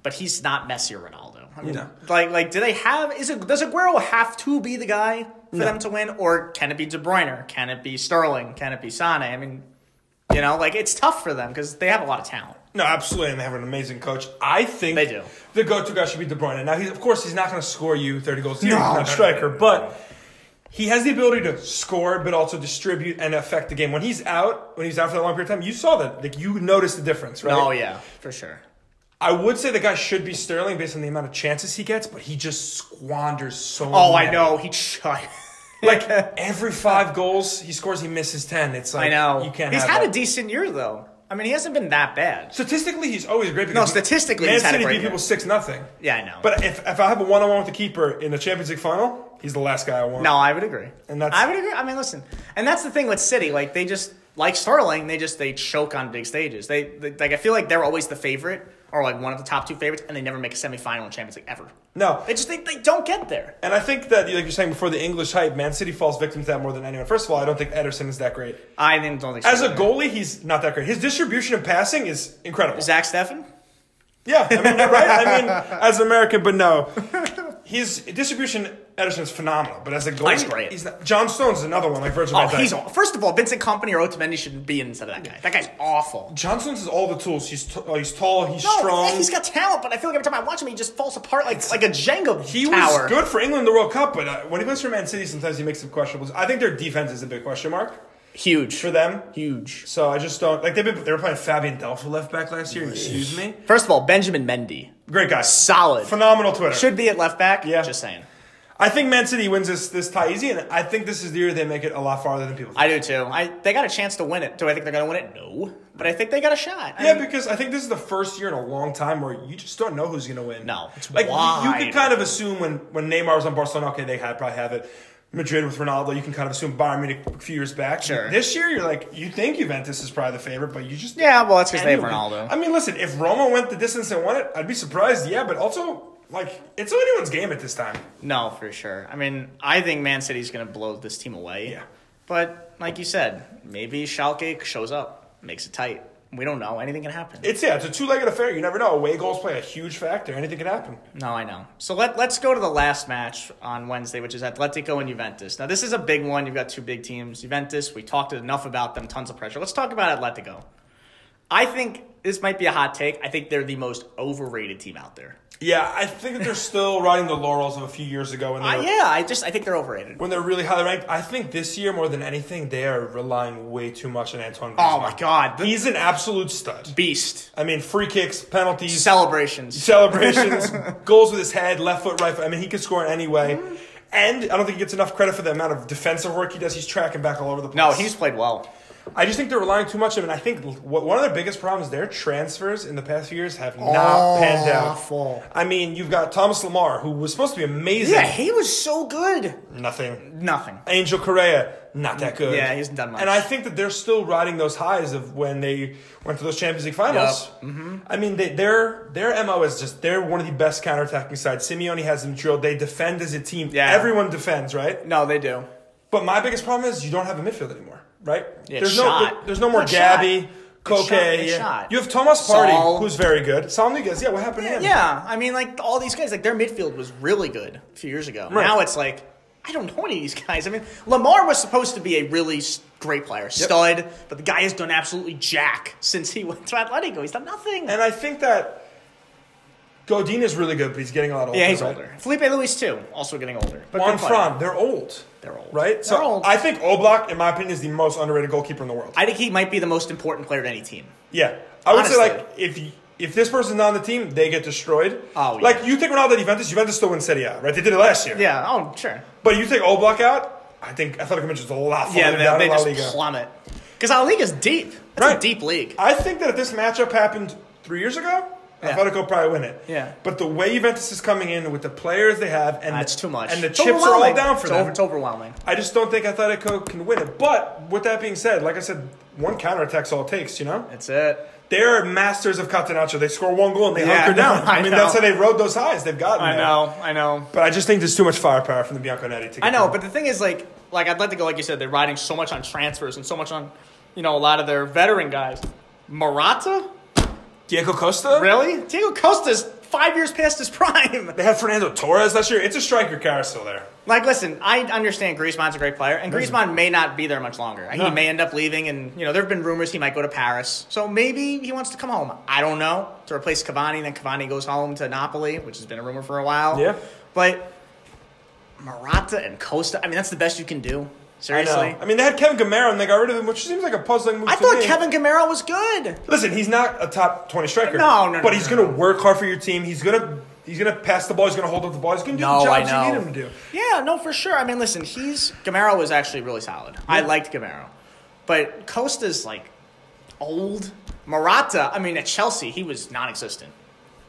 S1: but he's not Messi or Ronaldo. I mean,
S2: No.
S1: like, like, do they have? Is it does Aguero have to be the guy for them to win, or can it be De Bruyne? Can it be Sterling? Can it be Sane? I mean, you know, like it's tough for them because they have a lot of talent.
S2: No, absolutely, and they have an amazing coach. I think
S1: They do.
S2: The go-to guy should be De Bruyne. Now, he's, of course, he's not going to score you 30 goals. a year.
S1: No.
S2: he's not a striker, but he has the ability to score, but also distribute and affect the game. When he's out, when he's out for that long period of time, you saw that. Like you noticed the difference, right?
S1: Oh yeah, for sure.
S2: I would say the guy should be Sterling based on the amount of chances he gets, but he just squanders so.
S1: Oh, I
S2: many.
S1: know. He tried.
S2: Like every five goals he scores, he misses ten. It's like
S1: I know.
S2: you can't.
S1: He's
S2: have
S1: had
S2: that.
S1: a decent year though. I mean, he hasn't been that bad.
S2: Statistically, he's always great. Because
S1: No,
S2: he-
S1: statistically,
S2: Man
S1: he's had a
S2: City
S1: great
S2: beat
S1: year.
S2: people six nothing.
S1: Yeah, I know.
S2: But if, if I have a one on one with the keeper in the Champions League final, he's the last guy I want.
S1: no, I would agree.
S2: And that's-
S1: I would agree. I mean, listen, and that's the thing with City. Like they just like Sterling, they just they choke on big stages. They, they like I feel like they're always the favorite or like one of the top two favorites, and they never make a semifinal in Champions League ever.
S2: no.
S1: They just they, they don't get there.
S2: And I think that, like you're saying before, the English hype, Man City falls victim to that more than anyone. First of all, I don't think Ederson is that great.
S1: I think don't think so
S2: As a
S1: either.
S2: goalie, he's not that great. His distribution and passing is incredible.
S1: Zach Steffen.
S2: Yeah, I mean, right? I mean, as an American, but no. His distribution, Ederson is phenomenal, but as a goalie,
S1: He's great.
S2: he's not. John Stones is another one, like Virgil
S1: Oh,
S2: van Dijk.
S1: he's aw- first of all, Vincent Company or Otamendi shouldn't be inside of that guy. That guy's awful.
S2: John Stones has all the tools. He's, t- oh, he's tall, he's
S1: No,
S2: strong.
S1: he's got talent, but I feel like every time I watch him, he just falls apart like like a Jenga
S2: He was
S1: tower.
S2: good for England in the World Cup, but uh, when he plays for Man City, sometimes he makes some questionables. I think their defense is a big question mark
S1: Huge
S2: for them.
S1: Huge.
S2: So I just don't like they've been they were playing Fabian Delph left back last year. Excuse me,
S1: First of all, Benjamin Mendy,
S2: great guy,
S1: solid.
S2: phenomenal Twitter.
S1: Should be at left back.
S2: Yeah.
S1: Just saying.
S2: I think Man City wins this this tie easy, and I think this is the year they make it a lot farther than people. Think.
S1: I do too. I they got a chance to win it. Do I think they're gonna win it? No, but I think they got a shot. I
S2: yeah,
S1: mean,
S2: because I think this is the first year in a long time where you just don't know who's going to win.
S1: No, it's
S2: like you- you
S1: wide
S2: could kind of assume when when Neymar was on Barcelona, okay, they had probably have it. Madrid with Ronaldo, you can kind of assume Bayern Munich a few years back.
S1: Sure.
S2: This year, you're like you think Juventus is probably the favorite, but you just
S1: yeah. Well, that's because they have
S2: Anyone.
S1: Ronaldo.
S2: I mean, listen, if Roma went the distance and won it, I'd be surprised. Yeah, but also like it's anyone's game at this time.
S1: No, for sure. I mean, I think Man City's going to blow this team away.
S2: Yeah.
S1: But like you said, maybe Schalke shows up, makes it tight. We don't know. Anything can happen.
S2: It's yeah, it's a two-legged affair. You never know. Away goals play a huge factor. Anything can happen.
S1: no, I know. So let, let's go to the last match on Wednesday, which is Atletico and Juventus. Now, this is a big one. You've got two big teams. Juventus, we talked enough about them, tons of pressure. Let's talk about Atletico. I think this might be a hot take. I think they're the most overrated team out there.
S2: Yeah, I think that they're still riding the laurels of a few years ago when they
S1: Uh,
S2: were,
S1: yeah, I just I think they're overrated.
S2: when they're really highly ranked. I think this year more than anything, they are relying way too much on Antoine.
S1: Oh
S2: Griezmann.
S1: my god, the
S2: he's an absolute stud.
S1: beast
S2: I mean, free kicks, penalties,
S1: celebrations.
S2: celebrations, goals with his head, left foot, right foot. I mean, he can score in any way.
S1: Mm-hmm.
S2: And I don't think he gets enough credit for the amount of defensive work he does. He's tracking back all over the place.
S1: No, he's played well.
S2: I just think they're relying too much on him. And I think wh- one of their biggest problems, their transfers in the past few years have not panned
S1: Awful.
S2: out. I mean, you've got Thomas Lamar, who was supposed to be amazing.
S1: Yeah, he was so good.
S2: Nothing.
S1: Nothing.
S2: Angel Correa, not that good.
S1: Yeah, he hasn't done much.
S2: And I think that they're still riding those highs of when they went to those Champions League finals. Mm-hmm. I mean, they, their their mo is just they're one of the best counterattacking sides. Simeone has them drilled. They defend as a team.
S1: Yeah.
S2: everyone defends, right?
S1: No, they do.
S2: But my biggest problem is you don't have a midfield anymore, right?
S1: Yeah,
S2: there's no
S1: shot.
S2: there- there's no more
S1: Good shot.
S2: Gabby,
S1: Good shot,
S2: Koke.
S1: good
S2: yeah.
S1: shot.
S2: You have Thomas Party,
S1: Saul.
S2: who's very good. Saul Niguez, yeah. What happened to him?
S1: Yeah, I mean, like all these guys, like their midfield was really good a few years ago.
S2: Right.
S1: Now it's like I don't know any of these guys. I mean, Lamar was supposed to be a really s- great player, stud, but the guy has done absolutely jack since he went to Atletico. He's done nothing.
S2: And uh, I think that Godin is really good, but he's getting a lot older.
S1: yeah, he's
S2: right?
S1: older. Felipe Luis too, also getting older. But
S2: Juan
S1: good player.
S2: Fran, they're old.
S1: They're old.
S2: Right?
S1: They're
S2: so
S1: old.
S2: I think Oblak, in my opinion, is the most underrated goalkeeper in the world.
S1: I think he might be the most important player to any team.
S2: yeah. I would
S1: Honestly.
S2: say, like, if y- if this person's not on the team, they get destroyed.
S1: Oh, yeah.
S2: Like, you take Ronaldo Juventus, Juventus still win Serie A, right? They did it last year.
S1: Yeah. Oh, sure.
S2: But you take Oblak out, I think Athletic Madrid's a lot farther
S1: Yeah,
S2: down
S1: they,
S2: in
S1: they
S2: La
S1: just
S2: Liga.
S1: plummet because La Liga's deep. That's a
S2: Right.
S1: deep league.
S2: I think that if this matchup happened three years ago,
S1: Yeah.
S2: Atletico probably win it.
S1: Yeah.
S2: But the way Juventus is coming in with the players they have and
S1: That's too much.
S2: and the
S1: It's
S2: chips are all
S1: overwhelming.
S2: down for
S1: it's
S2: them.
S1: Over, it's overwhelming.
S2: I just don't think Atletico can win it. But with that being said, like I said, one counterattack's all it takes, you know?
S1: That's it.
S2: They're masters of Catenaccio. They score one goal and they
S1: Yeah,
S2: hunker down.
S1: no, I
S2: I, mean,
S1: know.
S2: that's how they rode those highs. They've gotten
S1: I
S2: there.
S1: know. I know.
S2: But I just think there's too much firepower from the Bianconetti to get
S1: I know.
S2: there.
S1: But the thing is, like, like Atletico, like you said, they're riding so much on transfers and so much on, you know, a lot of their veteran guys. Morata,
S2: Diego Costa?
S1: really? Diego Costa's five years past his prime.
S2: They had Fernando Torres last year. It's a striker carousel there.
S1: like, listen, I understand Griezmann's a great player, and Griezmann may not be there much longer.
S2: No.
S1: He may end up leaving, and you know, there have been rumors he might go to Paris. So maybe he wants to come home. I don't know to replace Cavani. Then Cavani goes home to Napoli, which has been a rumor for a while.
S2: Yeah.
S1: but Morata and Costa. I mean, that's the best you can do.
S2: I know.
S1: Seriously. I,
S2: I mean, they had Kevin Gamero and they got rid of him, which seems like a puzzling move. to
S1: thought
S2: me.
S1: Kevin Gamero was good.
S2: Listen, he's not a top twenty striker.
S1: No, no, no,
S2: But he's
S1: no,
S2: gonna work hard for your team. He's gonna he's gonna pass the ball. He's gonna hold up the ball. He's gonna do
S1: No,
S2: the
S1: I
S2: jobs you need
S1: know.
S2: him to do.
S1: Yeah, no, for sure. I mean, listen, he's Gamero was actually really solid. I liked Gamero, but Costa's like old. Morata, I mean, at Chelsea, he was non-existent,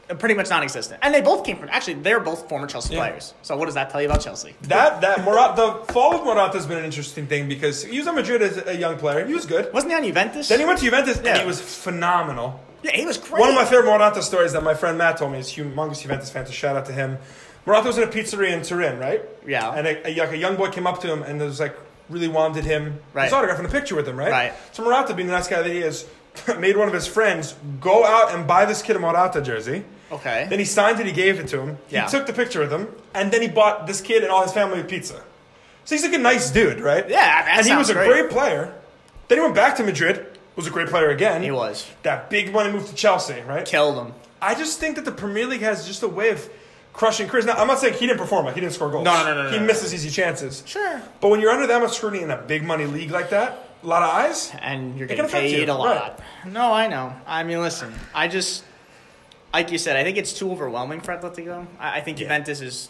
S1: Uh, pretty much non-existent. And they both came from actually, they're both former Chelsea players. So what does that tell you about Chelsea?
S2: That that Morata, the fall of Morata has been an interesting thing because he was on Madrid as a young player. He was good.
S1: Wasn't he on Juventus?
S2: Then he went to Juventus and
S1: Yeah.
S2: he was phenomenal.
S1: yeah, he was great.
S2: One of my favorite Morata stories that my friend Matt told me is humongous Juventus fan. So shout out to him. Morata was in a pizzeria in Turin, right?
S1: Yeah.
S2: And a, a, like a young boy came up to him and was like really wanted him
S1: Right.
S2: his autograph and a picture with him, right?
S1: Right.
S2: So Morata, being the nice guy that he is, made one of his friends go out and buy this kid a Morata jersey.
S1: Okay.
S2: Then he signed it. He gave it to him. He
S1: Yeah.
S2: took the picture with him, and then he bought this kid and all his family pizza. So he's like a nice dude, right?
S1: Yeah, that
S2: and he was
S1: sounds
S2: a
S1: great.
S2: great player. Then he went back to Madrid. Was a great player again.
S1: He was.
S2: That big money move to Chelsea, right?
S1: killed him.
S2: I just think that the Premier League has just a way of crushing careers. Now, I'm not saying he didn't perform like he didn't score goals.
S1: No, no, no, no,
S2: He
S1: no,
S2: misses easy chances.
S1: Sure.
S2: But when you're under that much scrutiny in a big money league like that, a lot of eyes.
S1: and you're
S2: It
S1: getting
S2: can affect
S1: paid
S2: you,
S1: a lot. No, I know. I mean, listen, I just like you said, I think it's too overwhelming for Atletico. I, I think Juventus is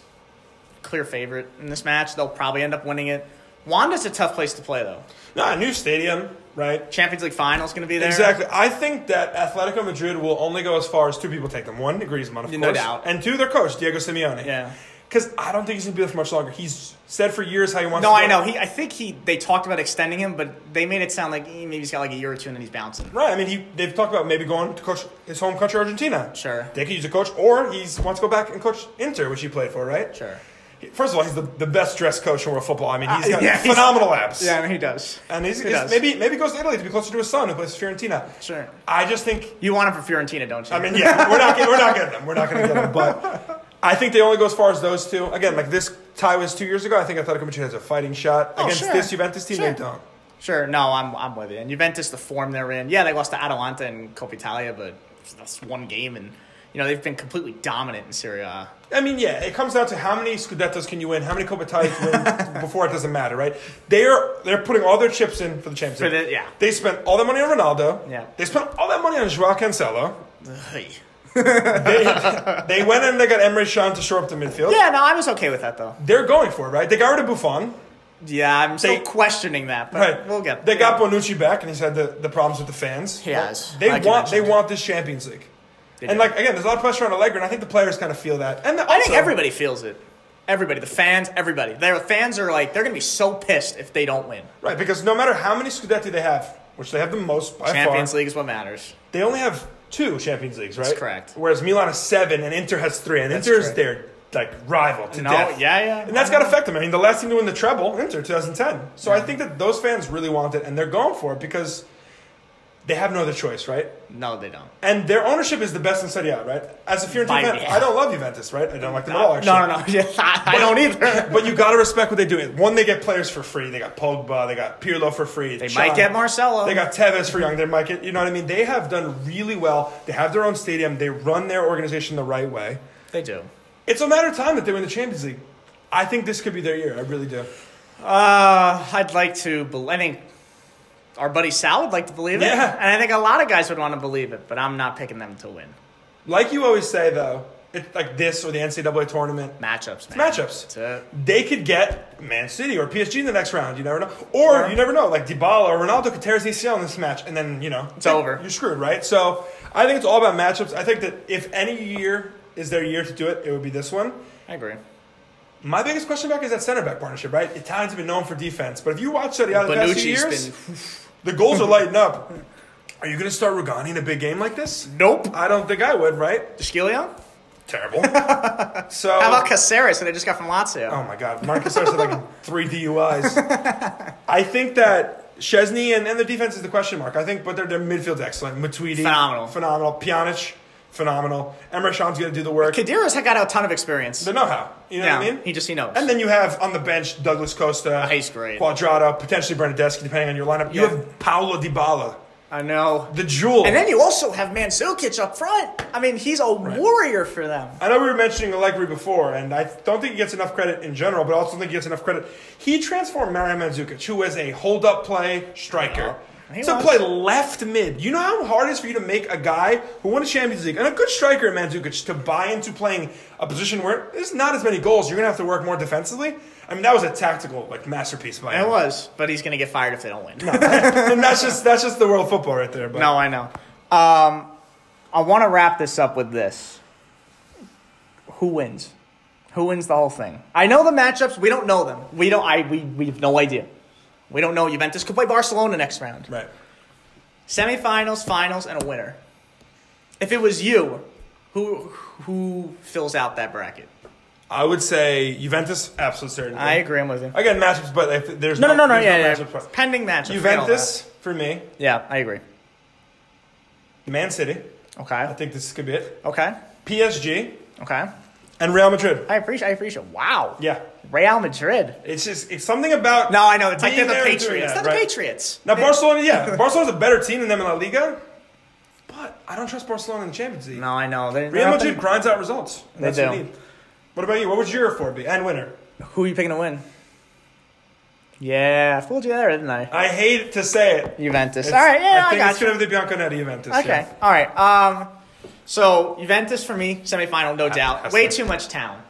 S1: clear favorite in this match. They'll probably end up winning it. Wanda's a tough place to play though.
S2: Nah, new stadium, right?
S1: Champions League final's going to be there.
S2: Exactly. I think that Atletico Madrid will only go as far as two people take them. One, Griezmann, of
S1: No
S2: course.
S1: doubt.
S2: And two, their coach, Diego Simeone.
S1: Yeah.
S2: Because I don't think he's going to be there for much longer. He's said for years how he wants
S1: No,
S2: to
S1: I
S2: go.
S1: know. He, I think he. They talked about extending him, but they made it sound like eh, maybe he's got like a year or two and then he's bouncing.
S2: Right. I mean, he, they've talked about maybe going to coach his home country, Argentina.
S1: Sure.
S2: They could use a coach, or he wants to go back and coach Inter, which he played for, right?
S1: Sure.
S2: First of all, he's the, the best dressed coach in world football. I mean, he's
S1: Uh,
S2: got
S1: yeah, he's-
S2: phenomenal abs.
S1: Yeah, I mean, he does.
S2: And he's,
S1: He
S2: he's-
S1: does.
S2: maybe maybe goes to Italy to be closer to his son who plays for Fiorentina.
S1: Sure.
S2: I just think
S1: You want him for Fiorentina, don't you?
S2: I mean, yeah, we're not getting, we're not getting them. We're not going to get them. But I think they only go as far as those two. Again, like this tie was two years ago. I think Atletico Madrid has a fighting shot
S1: Oh,
S2: against
S1: sure.
S2: this Juventus team.
S1: Sure.
S2: They don't.
S1: Sure, no, I'm I'm with you. And Juventus, the form they're in, yeah, they lost to Atalanta and Coppa Italia, but that's one game, and you know they've been completely dominant in Serie A.
S2: I mean, yeah, it comes down to how many Scudettos can you win, how many Coppa Italias you win before it doesn't matter, right? They are they're putting all their chips in for the Champions
S1: For the-
S2: League.
S1: yeah.
S2: They spent all their money on Ronaldo.
S1: Yeah.
S2: They spent all that money on Joao Cancelo.
S1: Ugh.
S2: They, they went and they got Emre Can to shore up the midfield.
S1: Yeah, no, I was okay with that though.
S2: They're going for it, right? They got rid of Buffon.
S1: Yeah, I'm still
S2: They-
S1: questioning that, but
S2: Right.
S1: we'll get.
S2: They got Bonucci back, and he's had the, the problems with the fans.
S1: He has,
S2: They
S1: like you
S2: want they
S1: mentioned.
S2: want this Champions League.
S1: They
S2: and
S1: do.
S2: like again, there's a lot of pressure on Allegri, and I think the players kind of feel that. And
S1: I think
S2: also-
S1: everybody feels it. Everybody, the fans, everybody. Their fans are like they're gonna be so pissed if they don't win.
S2: right because no matter how many Scudetti they have, which they have the most by
S1: Champions
S2: far,
S1: League is what matters.
S2: they only have two Champions Leagues, right?
S1: correct.
S2: Whereas Milan has seven, and Inter has three, and Inter is
S1: correct.
S2: their like rival to
S1: No,
S2: death.
S1: yeah, yeah.
S2: And that's got to affect them. I mean, the last team to win the treble, Inter, 2010. So I think that those fans really want it, and they're going for it because they have no other choice, right?
S1: No, they don't.
S2: And their ownership is the best in Serie A, right? As a Fiorentina
S1: By-
S2: fan,
S1: yeah.
S2: I don't love Juventus, right? I don't like them at all,
S1: No,
S2: actually.
S1: no, no. Yeah, I, I don't either.
S2: But you gotta respect what they do. One, they get players for free. They got Pogba, they got Pirlo for free.
S1: They might get Marcelo.
S2: They got Tevez for young. They might get, you know what I mean? They have done really well. They have their own stadium. They run their organization the right way.
S1: They do.
S2: It's a matter of time that they win the Champions League. I think this could be their year. I really do.
S1: Uh, I'd like to. bel I think our buddy Sal would like to believe it,
S2: Yeah.
S1: and I think a lot of guys would want to believe it. But I'm not picking them to win
S2: Like you always say, though, it's like this or the NCAA tournament.
S1: matchups. Man.
S2: Matchups.
S1: That's it.
S2: they could get Man City or PSG in the next round. You never know. Or
S1: Sure.
S2: you never know. Like Dybala or Ronaldo could tear his ACL in this match, and then you know it's
S1: over.
S2: You're screwed, right? So I think it's all about matchups. I think that if any year is their year to do it, it would be this one.
S1: I agree.
S2: My biggest question back is that center back partnership, right? Italians have been known for defense, but if you watch Serie A the past few
S1: Bonucci's
S2: years,
S1: been
S2: the goals are lighting up. Are you going to start Rugani in a big game like this?
S1: nope.
S2: I don't think I would, right?
S1: D'Scilio?
S2: Terrible. so
S1: How about Caceres, who they just got from Lazio?
S2: Oh my God, Marcus Sarr had like three DUIs. I think that Chesney and, and the defense is the question mark. I think, but their their midfield's excellent. Matuidi,
S1: Phenomenal.
S2: phenomenal. Pjanic, phenomenal. Emre Can's going to do the work.
S1: Kadira's had got a ton of experience.
S2: The know-how, you know
S1: yeah,
S2: what I mean.
S1: he just he knows. Oh,
S2: and then you have on the bench Douglas Costa,
S1: he's great.
S2: Quadrado, potentially Bernadeschi, depending on your lineup. You
S1: Yeah.
S2: have Paulo Dybala.
S1: I know.
S2: The jewel.
S1: And then you also have Mansukic up front. I mean, he's a warrior for them.
S2: I know we were mentioning Allegri before, and I don't think he gets enough credit in general, but I also think he gets enough credit. He transformed Mario Mandzukic, who was a hold-up play striker,
S1: Uh-huh. He
S2: to
S1: was.
S2: play left mid. You know how hard it is for you to make a guy who won a Champions League and a good striker in Mandzukic to buy into playing a position where there's not as many goals. You're going to have to work more defensively. I mean, that was a tactical like masterpiece by
S1: It
S2: him.
S1: was, but he's going to get fired if they don't win.
S2: and that's just that's just the world of football right there. But
S1: No, I know. Um, I want to wrap this up with this. Who wins? Who wins the whole thing? I know the matchups. We don't know them. We don't. I we we have no idea. We don't know. Juventus could play Barcelona next round.
S2: right.
S1: Semifinals, finals, and a winner. If it was you, who who fills out that bracket?
S2: I would say Juventus absolute certainty.
S1: I agree. I'm with you.
S2: Again, matchups, but if there's
S1: No, no, no, no.
S2: there's
S1: Yeah, yeah.
S2: matchups, but-
S1: Pending matchups. forget all
S2: Juventus for me,
S1: that. Yeah, I agree.
S2: Man City. I
S1: Okay.
S2: think this could be it.
S1: Okay.
S2: PSG
S1: Okay.
S2: and Real Madrid.
S1: I appreciate. I appreciate. Wow.
S2: Yeah,
S1: Real Madrid.
S2: it's just it's something about
S1: No, I know. It's like they're
S2: being
S1: the
S2: there and doing
S1: Patriots.
S2: that,
S1: they're the
S2: right?
S1: Patriots.
S2: Now Barcelona, yeah, Barcelona's a better team than them in La Liga, but I don't trust Barcelona in the Champions League.
S1: No, I know. They're,
S2: Real
S1: they're up
S2: Madrid grinds out results. And
S1: They
S2: that's what
S1: do.
S2: you need. What about you? What would your four be and winner?
S1: in- Who are you picking to win? Yeah, I fooled you there, didn't I?
S2: I hate to say it.
S1: Juventus.
S2: It's-
S1: All right, yeah,
S2: I
S1: I,
S2: think
S1: got
S2: it's
S1: you.
S2: gonna be the Bianconeri Juventus. yeah.
S1: Okay, all right. Um, so Juventus for me, semifinal, no doubt.
S2: that's
S1: Way
S2: like-
S1: too much talent.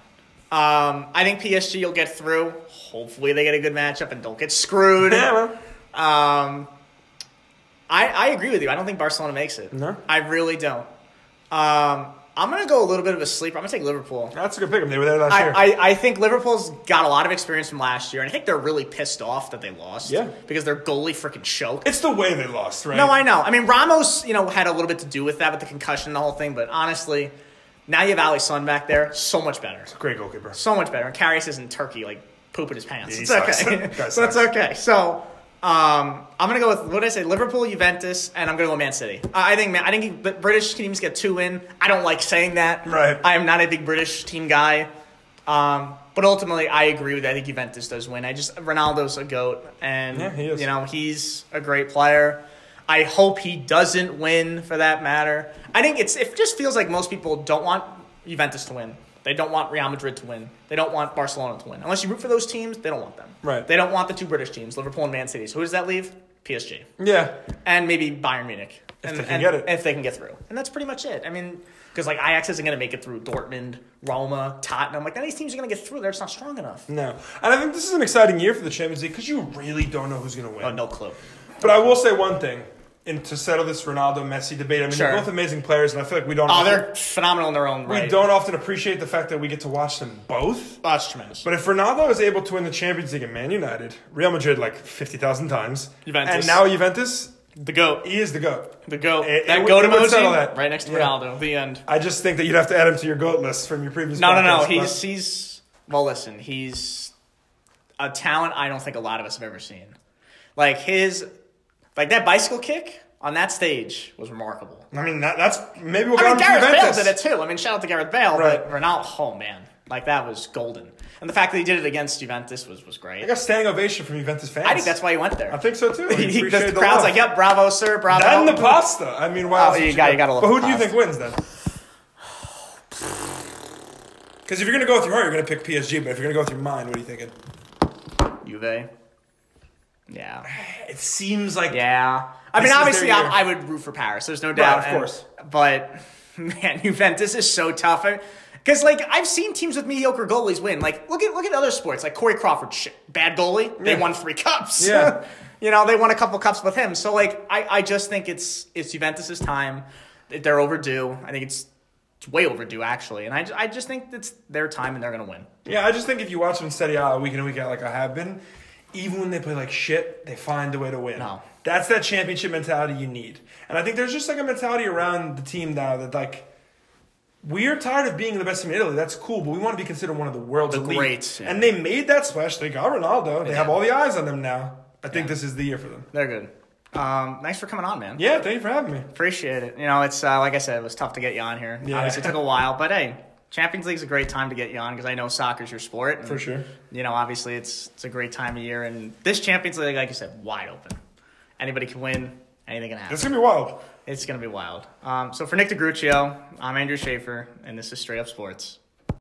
S1: Um, I think PSG will get through. Hopefully, they get a good matchup and don't get screwed.
S2: Yeah, well,
S1: Um, I, I agree with you. I don't think Barcelona makes it.
S2: No?
S1: I really don't. Um, I'm gonna go a little bit of a sleeper. I'm gonna take Liverpool.
S2: that's a good pick. 'em. They were there last year.
S1: I, I, I think Liverpool's got a lot of experience from last year, and I think they're really pissed off that they lost.
S2: Yeah.
S1: Because their goalie freaking choked.
S2: it's the way they lost, right?
S1: No, I know. I mean, Ramos, you know, had a little bit to do with that, with the concussion and the whole thing, but honestly, now you have Ali Sun back there. So much better.
S2: Great goalkeeper.
S1: So much better. And Karius is in Turkey, like, pooping his pants.
S2: Yeah, he
S1: it's
S2: sucks.
S1: okay.
S2: Guy
S1: so it's
S2: sucks.
S1: okay. So. Um, I'm gonna go with what did I say? Liverpool, Juventus, and I'm gonna go Man City. I I think man, I think the British teams get two in. I don't like saying that.
S2: Right.
S1: I am not a big British team guy. Um, but ultimately, I agree with. That. I think Juventus does win. I just Ronaldo's a goat, and
S2: Yeah, he is.
S1: you know he's a great player. I hope he doesn't win for that matter. I think it's it just feels like most people don't want Juventus to win. They don't want Real Madrid to win. They don't want Barcelona to win. Unless you root for those teams, they don't want them.
S2: Right.
S1: They don't want the two British teams, Liverpool and Man City. So who does that leave? PSG
S2: Yeah,
S1: and maybe Bayern Munich. If and,
S2: they can
S1: and-
S2: get it.
S1: If they can get through. And that's pretty much it. I mean, because like Ajax isn't going to make it through Dortmund, Roma, Tottenham. Like, none of these teams are going to get through. They're just not strong enough.
S2: No, and I think this is an exciting year for the Champions League because you really don't know who's going to win.
S1: Oh, no clue.
S2: But I will say one thing, and to settle this Ronaldo Messi debate, I mean
S1: Sure.
S2: they're both amazing players, and I feel like we don't
S1: Oh,
S2: often,
S1: they're phenomenal in their own
S2: we
S1: right.
S2: don't often appreciate the fact that we get to watch them both.
S1: Oh, that's tremendous.
S2: But if Ronaldo is able to win the Champions League at Man United, Real Madrid like fifty thousand times,
S1: Juventus.
S2: and now Juventus,
S1: the GOAT.
S2: he is the goat.
S1: The GOAT.
S2: It-
S1: that
S2: it would-
S1: GOAT
S2: it would
S1: emoji
S2: settle that.
S1: right next to
S2: Yeah.
S1: Ronaldo. The end.
S2: I just think that you'd have to add him to your goat list from your previous.
S1: No, no,
S2: podcast,
S1: no.
S2: but-
S1: He's, he's, well, listen, he's a talent I don't think a lot of us have ever seen. Like, his, like that bicycle kick on that stage was remarkable.
S2: I mean, that, that's maybe we'll
S1: I
S2: go
S1: mean,
S2: on to
S1: Gareth Bale
S2: Juventus.
S1: did it too. I mean, shout out to Gareth Bale, but
S2: Right.
S1: Ronaldo, oh man, like that was golden. And the fact that he did it against Juventus was, was great.
S2: I got standing ovation from Juventus fans.
S1: I think that's why he went there.
S2: I think so too. I
S1: He-
S2: appreciate
S1: the crowd's
S2: the love.
S1: like, "Yep, bravo, sir, bravo."
S2: Then the pasta. I mean, wow.
S1: Oh, you
S2: Such a
S1: got-
S2: good-
S1: you gotta love
S2: But who
S1: the
S2: do you
S1: pasta.
S2: think wins then? Because if you're gonna go with your heart, you're gonna pick PSG. But if you're gonna go with your mind, what are you thinking?
S1: Juve. Yeah,
S2: It seems like
S1: yeah. I
S2: This
S1: mean,
S2: is their
S1: obviously, I,
S2: year.
S1: I would root for Paris. There's no doubt,
S2: of
S1: and-
S2: course.
S1: But man, Juventus is so tough. Because like I've seen teams with mediocre goalies win. Like look at look at other sports. Like Corey Crawford, shit, bad goalie. They
S2: Yeah.
S1: won three cups.
S2: Yeah.
S1: you know they won a couple cups with him. So like I, I just think it's it's Juventus's time. They're overdue. I think it's, it's way overdue actually. And I, ju- I just think it's their time and they're gonna win.
S2: yeah. I just think if you watch them steady out week in and week out, like I have been, even when they play like shit, they find a way to win.
S1: No.
S2: That's that championship mentality you need. And I think there's just like a mentality around the team now that like. We are tired of being the best in Italy. That's cool, but we want to be considered one of the world's elite.
S1: greats, yeah.
S2: And they made that splash. They got Ronaldo. They have all the eyes on them now. I think this is the year for them.
S1: They're good. Um, thanks for coming on, man.
S2: Yeah, thank you for having me.
S1: Appreciate it. You know, it's uh, like I said, it was tough to get you on here.
S2: Yeah.
S1: Obviously, it took a while, but hey, Champions League's a great time to get you on because I know soccer's your sport. and,
S2: For sure.
S1: You know, obviously, it's it's a great time of year, and this Champions League, like you said, wide open. Anybody can win. Anything can happen.
S2: It's gonna be wild.
S1: It's going to be wild. Um, so for Nick DiGruccio, I'm Andrew Schaefer, and this is Straight Up Sports.